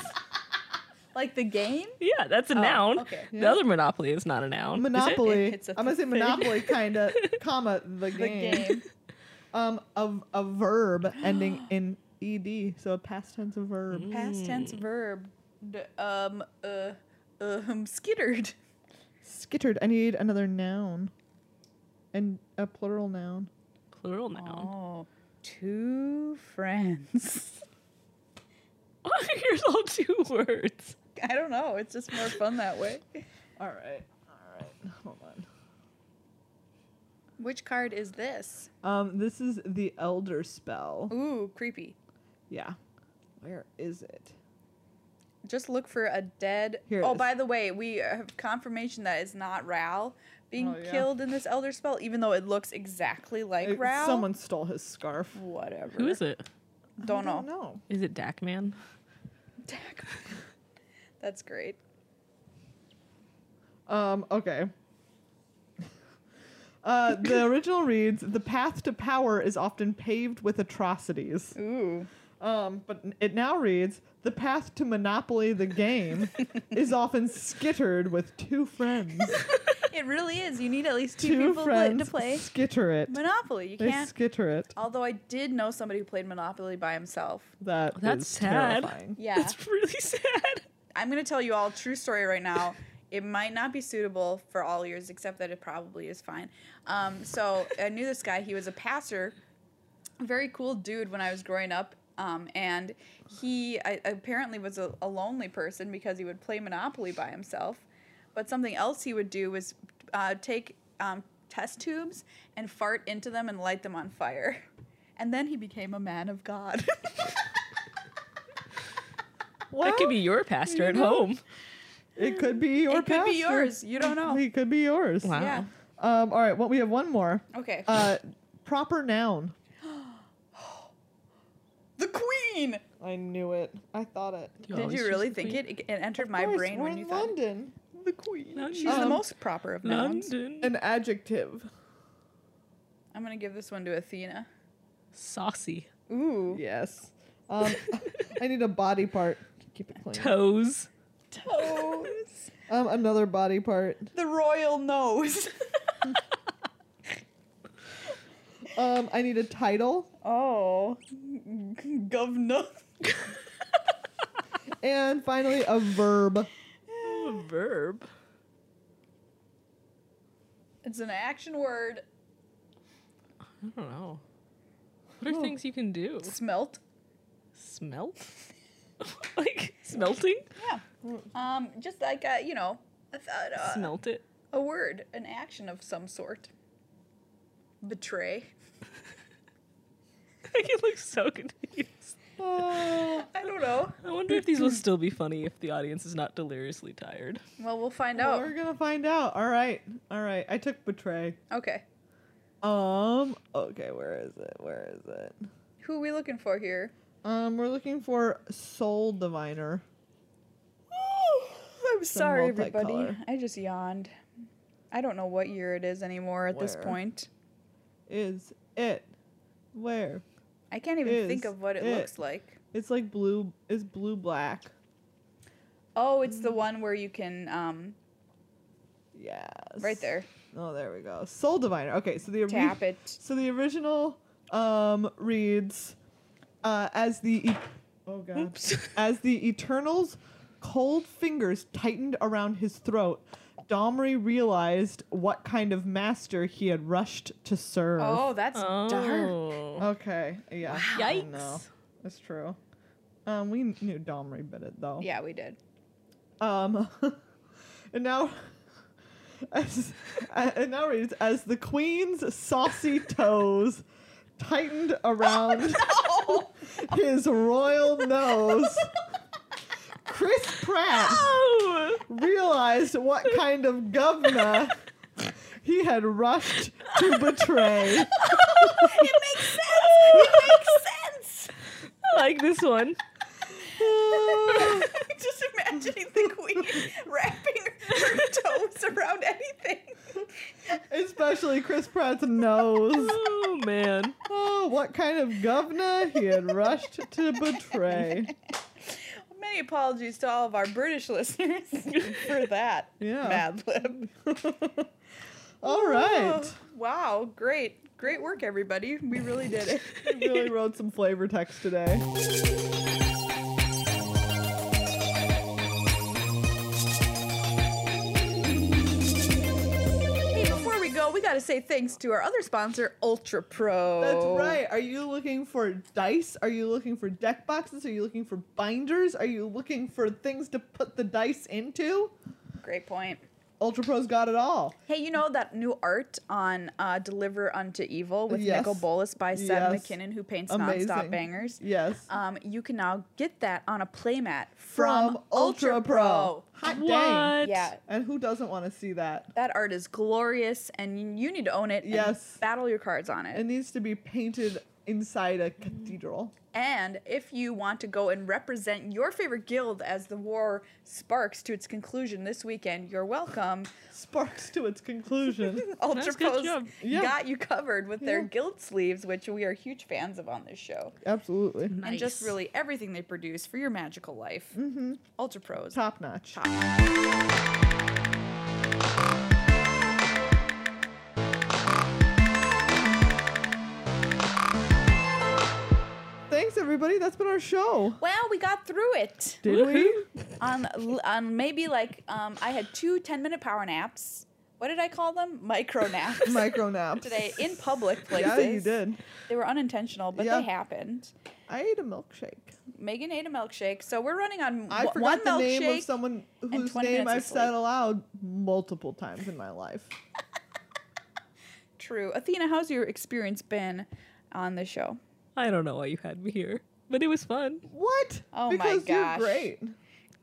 Speaker 1: like the game?
Speaker 3: yeah, that's a noun.
Speaker 1: Oh, okay.
Speaker 3: The
Speaker 2: Yeah.
Speaker 3: other Monopoly is not a noun. is it?
Speaker 2: Monopoly.
Speaker 1: It's a
Speaker 2: I'm gonna say
Speaker 1: thing.
Speaker 2: Monopoly, kind of, comma the
Speaker 1: The
Speaker 2: game.
Speaker 3: Mm.
Speaker 1: game.
Speaker 2: Um, a, a verb ending in ed, so a past tense of verb.
Speaker 3: Mm-hmm.
Speaker 1: Past tense
Speaker 3: Mm.
Speaker 1: verb. D- um uh um skittered.
Speaker 2: Skittered. I need another noun, and a plural noun.
Speaker 3: Plural noun.
Speaker 1: Oh, two friends.
Speaker 3: Here's all two words.
Speaker 1: I don't know. It's just more fun that way.
Speaker 2: All right. All right. Hold on.
Speaker 1: Which card is this?
Speaker 2: Um, this is the elder spell.
Speaker 1: Ooh, creepy.
Speaker 2: Yeah. Where is it?
Speaker 1: Just look for a dead.
Speaker 2: Here it
Speaker 1: oh,
Speaker 2: is.
Speaker 1: by the way, we have confirmation that it's not Ral being
Speaker 2: Oh, yeah.
Speaker 1: killed in this Elder Spell, even though it looks exactly like
Speaker 2: It-
Speaker 1: Ral.
Speaker 2: Someone stole his scarf.
Speaker 1: Whatever.
Speaker 3: Who is it?
Speaker 2: I
Speaker 1: Don't know.
Speaker 2: don't know.
Speaker 3: Is it Dakman?
Speaker 1: Dak. That's great.
Speaker 2: Um, okay. Uh, the original reads The path to power is often paved with atrocities.
Speaker 1: Ooh.
Speaker 2: Um, but it now reads The path to monopoly the game is often skittered with two friends.
Speaker 1: It really is. You need at least two,
Speaker 2: two
Speaker 1: people pla-
Speaker 2: friends
Speaker 1: to play
Speaker 2: skitter it.
Speaker 1: Monopoly. You
Speaker 2: They
Speaker 1: can't. Oh,
Speaker 2: skitter it.
Speaker 1: Although I did know somebody who played Monopoly by himself.
Speaker 2: That
Speaker 3: That's
Speaker 2: is
Speaker 3: sad.
Speaker 2: terrifying.
Speaker 1: Yeah.
Speaker 3: That's really sad.
Speaker 1: I'm going to tell you all a true story right now. It might not be suitable for all ears, except that it probably is fine. Um, so I knew this guy. He was a pastor, very cool dude when I was growing up. Um, and he I, apparently was a, a lonely person because he would play Monopoly by himself. But something else he would do was uh, take um, test tubes and fart into them and light them on fire. And then he became a man of God.
Speaker 3: that could be your pastor at home.
Speaker 2: It could be your
Speaker 1: it could be
Speaker 2: pastor.
Speaker 1: yours. You don't know.
Speaker 2: It could be yours.
Speaker 3: Wow.
Speaker 1: Yeah.
Speaker 2: Um, all right. Well, we have one more.
Speaker 1: Okay.
Speaker 2: Uh, proper noun.
Speaker 1: the Queen.
Speaker 2: I knew it. I thought it.
Speaker 1: Did
Speaker 3: always
Speaker 1: you
Speaker 3: choose
Speaker 1: really
Speaker 3: the
Speaker 1: think
Speaker 3: queen.
Speaker 1: it? It it entered my
Speaker 2: course,
Speaker 1: brain
Speaker 2: we're
Speaker 1: when
Speaker 2: in
Speaker 1: you thought it.
Speaker 2: London.
Speaker 4: The queen.
Speaker 1: she's the
Speaker 2: Um,
Speaker 1: most proper of nouns.
Speaker 3: London.
Speaker 2: An adjective.
Speaker 1: I'm gonna give this one to Athena.
Speaker 3: Saucy.
Speaker 1: Ooh,
Speaker 2: Yes. Um, I need a body part. Keep it clean.
Speaker 3: Toes.
Speaker 1: toes.
Speaker 2: Um, another body part.
Speaker 1: the royal nose.
Speaker 2: Um, I need a title
Speaker 1: oh, governor.
Speaker 2: and finally a verb.
Speaker 1: Oh,
Speaker 3: A verb.
Speaker 1: It's an action word.
Speaker 3: I don't know. What
Speaker 1: Oh.
Speaker 3: are things you can do?
Speaker 1: Smelt.
Speaker 3: Smelt? like smelting?
Speaker 1: Yeah. Um, just like a, you know, a, th- uh,
Speaker 3: Smelt it.
Speaker 1: a word, an action of some sort. Betray.
Speaker 3: I look so confused.
Speaker 2: Uh,
Speaker 1: I don't know.
Speaker 3: I wonder if these will still be funny if the audience is not deliriously tired.
Speaker 1: Well, we'll find
Speaker 2: We're
Speaker 1: out.
Speaker 2: gonna find out. All right. All right. I took betray.
Speaker 1: Okay.
Speaker 2: Um. Okay. Where is it? Where is it?
Speaker 1: Who are we looking for here?
Speaker 2: Um. We're looking for soul diviner.
Speaker 1: I'm sorry, everybody.
Speaker 2: multicolor.
Speaker 1: I just yawned. I don't know what year it is anymore at this
Speaker 2: Where?
Speaker 1: point.
Speaker 2: Is it? Where?
Speaker 1: I can't even think
Speaker 2: Is
Speaker 1: of what it,
Speaker 2: it-
Speaker 1: looks like.
Speaker 2: It's like blue. It's blue black.
Speaker 1: Oh, it's the one where you can, um,
Speaker 2: Yes.
Speaker 1: right there,
Speaker 2: Oh, there we go. Soul diviner. Okay. So the ori-
Speaker 1: tap it.
Speaker 2: So the original um reads uh, as the e- oh god as the Eternals' cold fingers tightened around his throat. Domri realized what kind of master he had rushed to serve.
Speaker 1: Oh, that's dark.
Speaker 3: Oh.
Speaker 2: Okay. Yeah. I
Speaker 3: Yikes.
Speaker 2: know. That's true. Um, we knew Domri bit it though.
Speaker 1: Yeah, we did.
Speaker 2: Um, and now, as, and now reads as the queen's saucy toes tightened around his royal nose. Chris Pratt
Speaker 3: Oh.
Speaker 2: realized what kind of governor he had rushed to betray.
Speaker 1: it makes sense. It makes sense.
Speaker 3: I like this one. Oh,
Speaker 1: just imagining the queen wrapping her toes around anything.
Speaker 2: Especially Chris Pratt's nose.
Speaker 3: Oh man.
Speaker 2: Oh, what kind of governor he had rushed to betray.
Speaker 1: Many apologies to all of our British listeners for that.
Speaker 2: Yeah.
Speaker 1: Mad Lib.
Speaker 2: All right.
Speaker 1: Oh, wow, great. Great work, everybody. We really did it.
Speaker 2: We really wrote some flavor text today.
Speaker 1: hey, before we go, we got to say thanks to our other sponsor, Ultra Pro.
Speaker 2: That's right. Are you looking for dice? Are you looking for deck boxes? Are you looking for binders? Are you looking for things to put the dice into?
Speaker 1: Great point.
Speaker 2: Ultra Pro's got it all.
Speaker 1: Hey, you know that new art on uh, Deliver Unto Evil with
Speaker 2: Yes.
Speaker 1: Nicol Bolas by Seth
Speaker 2: Yes.
Speaker 1: McKinnon, who paints
Speaker 2: Amazing.
Speaker 1: nonstop bangers?
Speaker 2: Yes.
Speaker 1: Um, you can now get that on a playmat from,
Speaker 2: From Ultra Pro. Hot dang.
Speaker 3: What?
Speaker 1: Yeah,
Speaker 2: And who doesn't want to see that?
Speaker 1: that art is glorious, and you need to own it. and
Speaker 2: Yes.
Speaker 1: battle your cards on it.
Speaker 2: It needs to be painted inside a cathedral.
Speaker 1: And if you want to go and represent your favorite guild as the war sparks to its conclusion this weekend, you're welcome.
Speaker 2: Sparks to its conclusion.
Speaker 1: Ultra
Speaker 3: Nice, good
Speaker 1: Post
Speaker 3: job.
Speaker 2: Yeah.
Speaker 1: got you covered with their
Speaker 2: Yeah.
Speaker 1: guild sleeves, which we are huge fans of on this show.
Speaker 2: Absolutely.
Speaker 1: And just
Speaker 3: Nice.
Speaker 1: really everything they produce for your magical life. Mm-hmm. Ultra Pros.
Speaker 2: Top notch. Thanks, everybody. That's been our show.
Speaker 1: Well, we got through it.
Speaker 2: Did we?
Speaker 1: on l- on maybe like um, I had two 10 minute power naps. What did I call them? Micro naps
Speaker 2: Micro naps.
Speaker 1: today in public places.
Speaker 2: Yeah, you did.
Speaker 1: They were unintentional, but
Speaker 2: Yeah.
Speaker 1: they happened.
Speaker 2: I ate a milkshake.
Speaker 1: Megan ate a milkshake, so we're running on
Speaker 2: I
Speaker 1: w- one
Speaker 2: forgot the
Speaker 1: milkshake.
Speaker 2: name of someone whose
Speaker 1: 20
Speaker 2: name
Speaker 1: minutes of
Speaker 2: I've said
Speaker 1: sleep.
Speaker 2: aloud multiple times in my life.
Speaker 1: True, Athena, how's your experience been on the show?
Speaker 3: I don't know why you had me here, but it was fun.
Speaker 2: What?
Speaker 1: Oh my
Speaker 2: because
Speaker 1: gosh.
Speaker 2: you're great.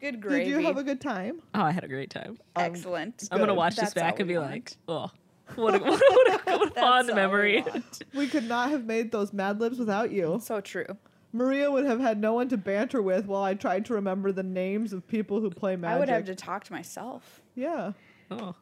Speaker 1: Good gravy.
Speaker 2: Did you have a good time?
Speaker 3: Oh, I had a great time.
Speaker 2: Um,
Speaker 1: excellent?
Speaker 3: I'm gonna
Speaker 2: Good.
Speaker 3: watch
Speaker 1: That's
Speaker 3: this back
Speaker 1: all
Speaker 3: and
Speaker 1: we
Speaker 3: be
Speaker 1: want.
Speaker 3: like, oh, what a, what a, what a, what a
Speaker 1: That's all
Speaker 3: fond
Speaker 1: we
Speaker 3: memory.
Speaker 1: want.
Speaker 2: We could not have made those Mad Libs without you.
Speaker 1: So true.
Speaker 2: Maria would have had no one to banter with while I tried to remember the names of people who play magic.
Speaker 1: I would have to talk to myself.
Speaker 2: Yeah.
Speaker 3: oh,
Speaker 1: So,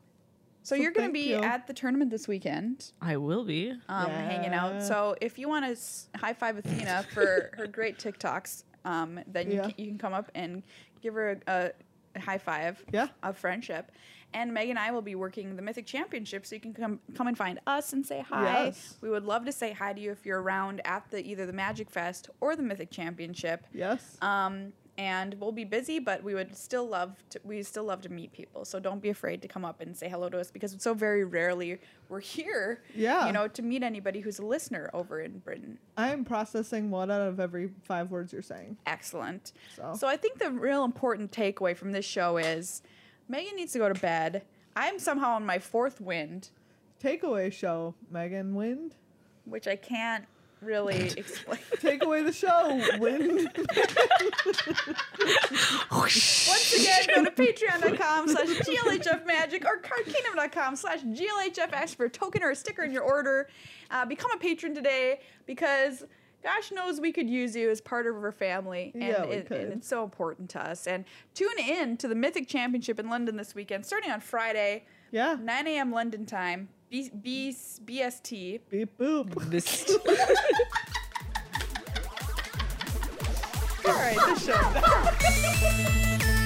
Speaker 2: So
Speaker 1: you're going to
Speaker 2: thank
Speaker 1: be
Speaker 2: you.
Speaker 1: at the tournament this weekend,
Speaker 3: I will be.
Speaker 1: um, hanging
Speaker 2: Yeah.
Speaker 1: out. So if you want to s- high five Athena for her great TikToks, um, then you,
Speaker 2: Yeah.
Speaker 1: can, you can come up and give her a, a high five
Speaker 2: Yeah.
Speaker 1: of friendship. And Meg and I will be working the Mythic Championship, so you can come come and find us and say hi.
Speaker 2: Yes.
Speaker 1: We would love to say hi to you if you're around at the either the Magic Fest or the Mythic Championship.
Speaker 2: Yes.
Speaker 1: Um, and we'll be busy, but we would still love to, we still love to meet people. So don't be afraid to come up and say hello to us because so very rarely we're here.
Speaker 2: Yeah.
Speaker 1: You know, to meet anybody who's a listener over in Britain.
Speaker 2: I'm processing one out of every five words you're saying.
Speaker 1: Excellent.
Speaker 2: So.
Speaker 1: I think the real important takeaway from this show is Megan needs to go to bed. I'm somehow on my fourth wind,
Speaker 2: Takeaway show, Megan Wind.
Speaker 1: which I can't really explain.
Speaker 2: Take away the show, Wind.
Speaker 1: Once again, go to patreon.com slash glhfmagic or cardkingdom.com slash glhf. Ask for a token or a sticker in your order. Uh, become a patron today because gosh knows we could use you as part of our family. And,
Speaker 2: Yeah, we
Speaker 1: it-
Speaker 2: could.
Speaker 1: and it's so important to us. And tune in to the Mythic Championship in London this weekend, starting on Friday,
Speaker 2: Yeah.
Speaker 1: 9 a.m. London time, B- B- BST.
Speaker 2: Beep boop.
Speaker 3: This
Speaker 1: All right, the show.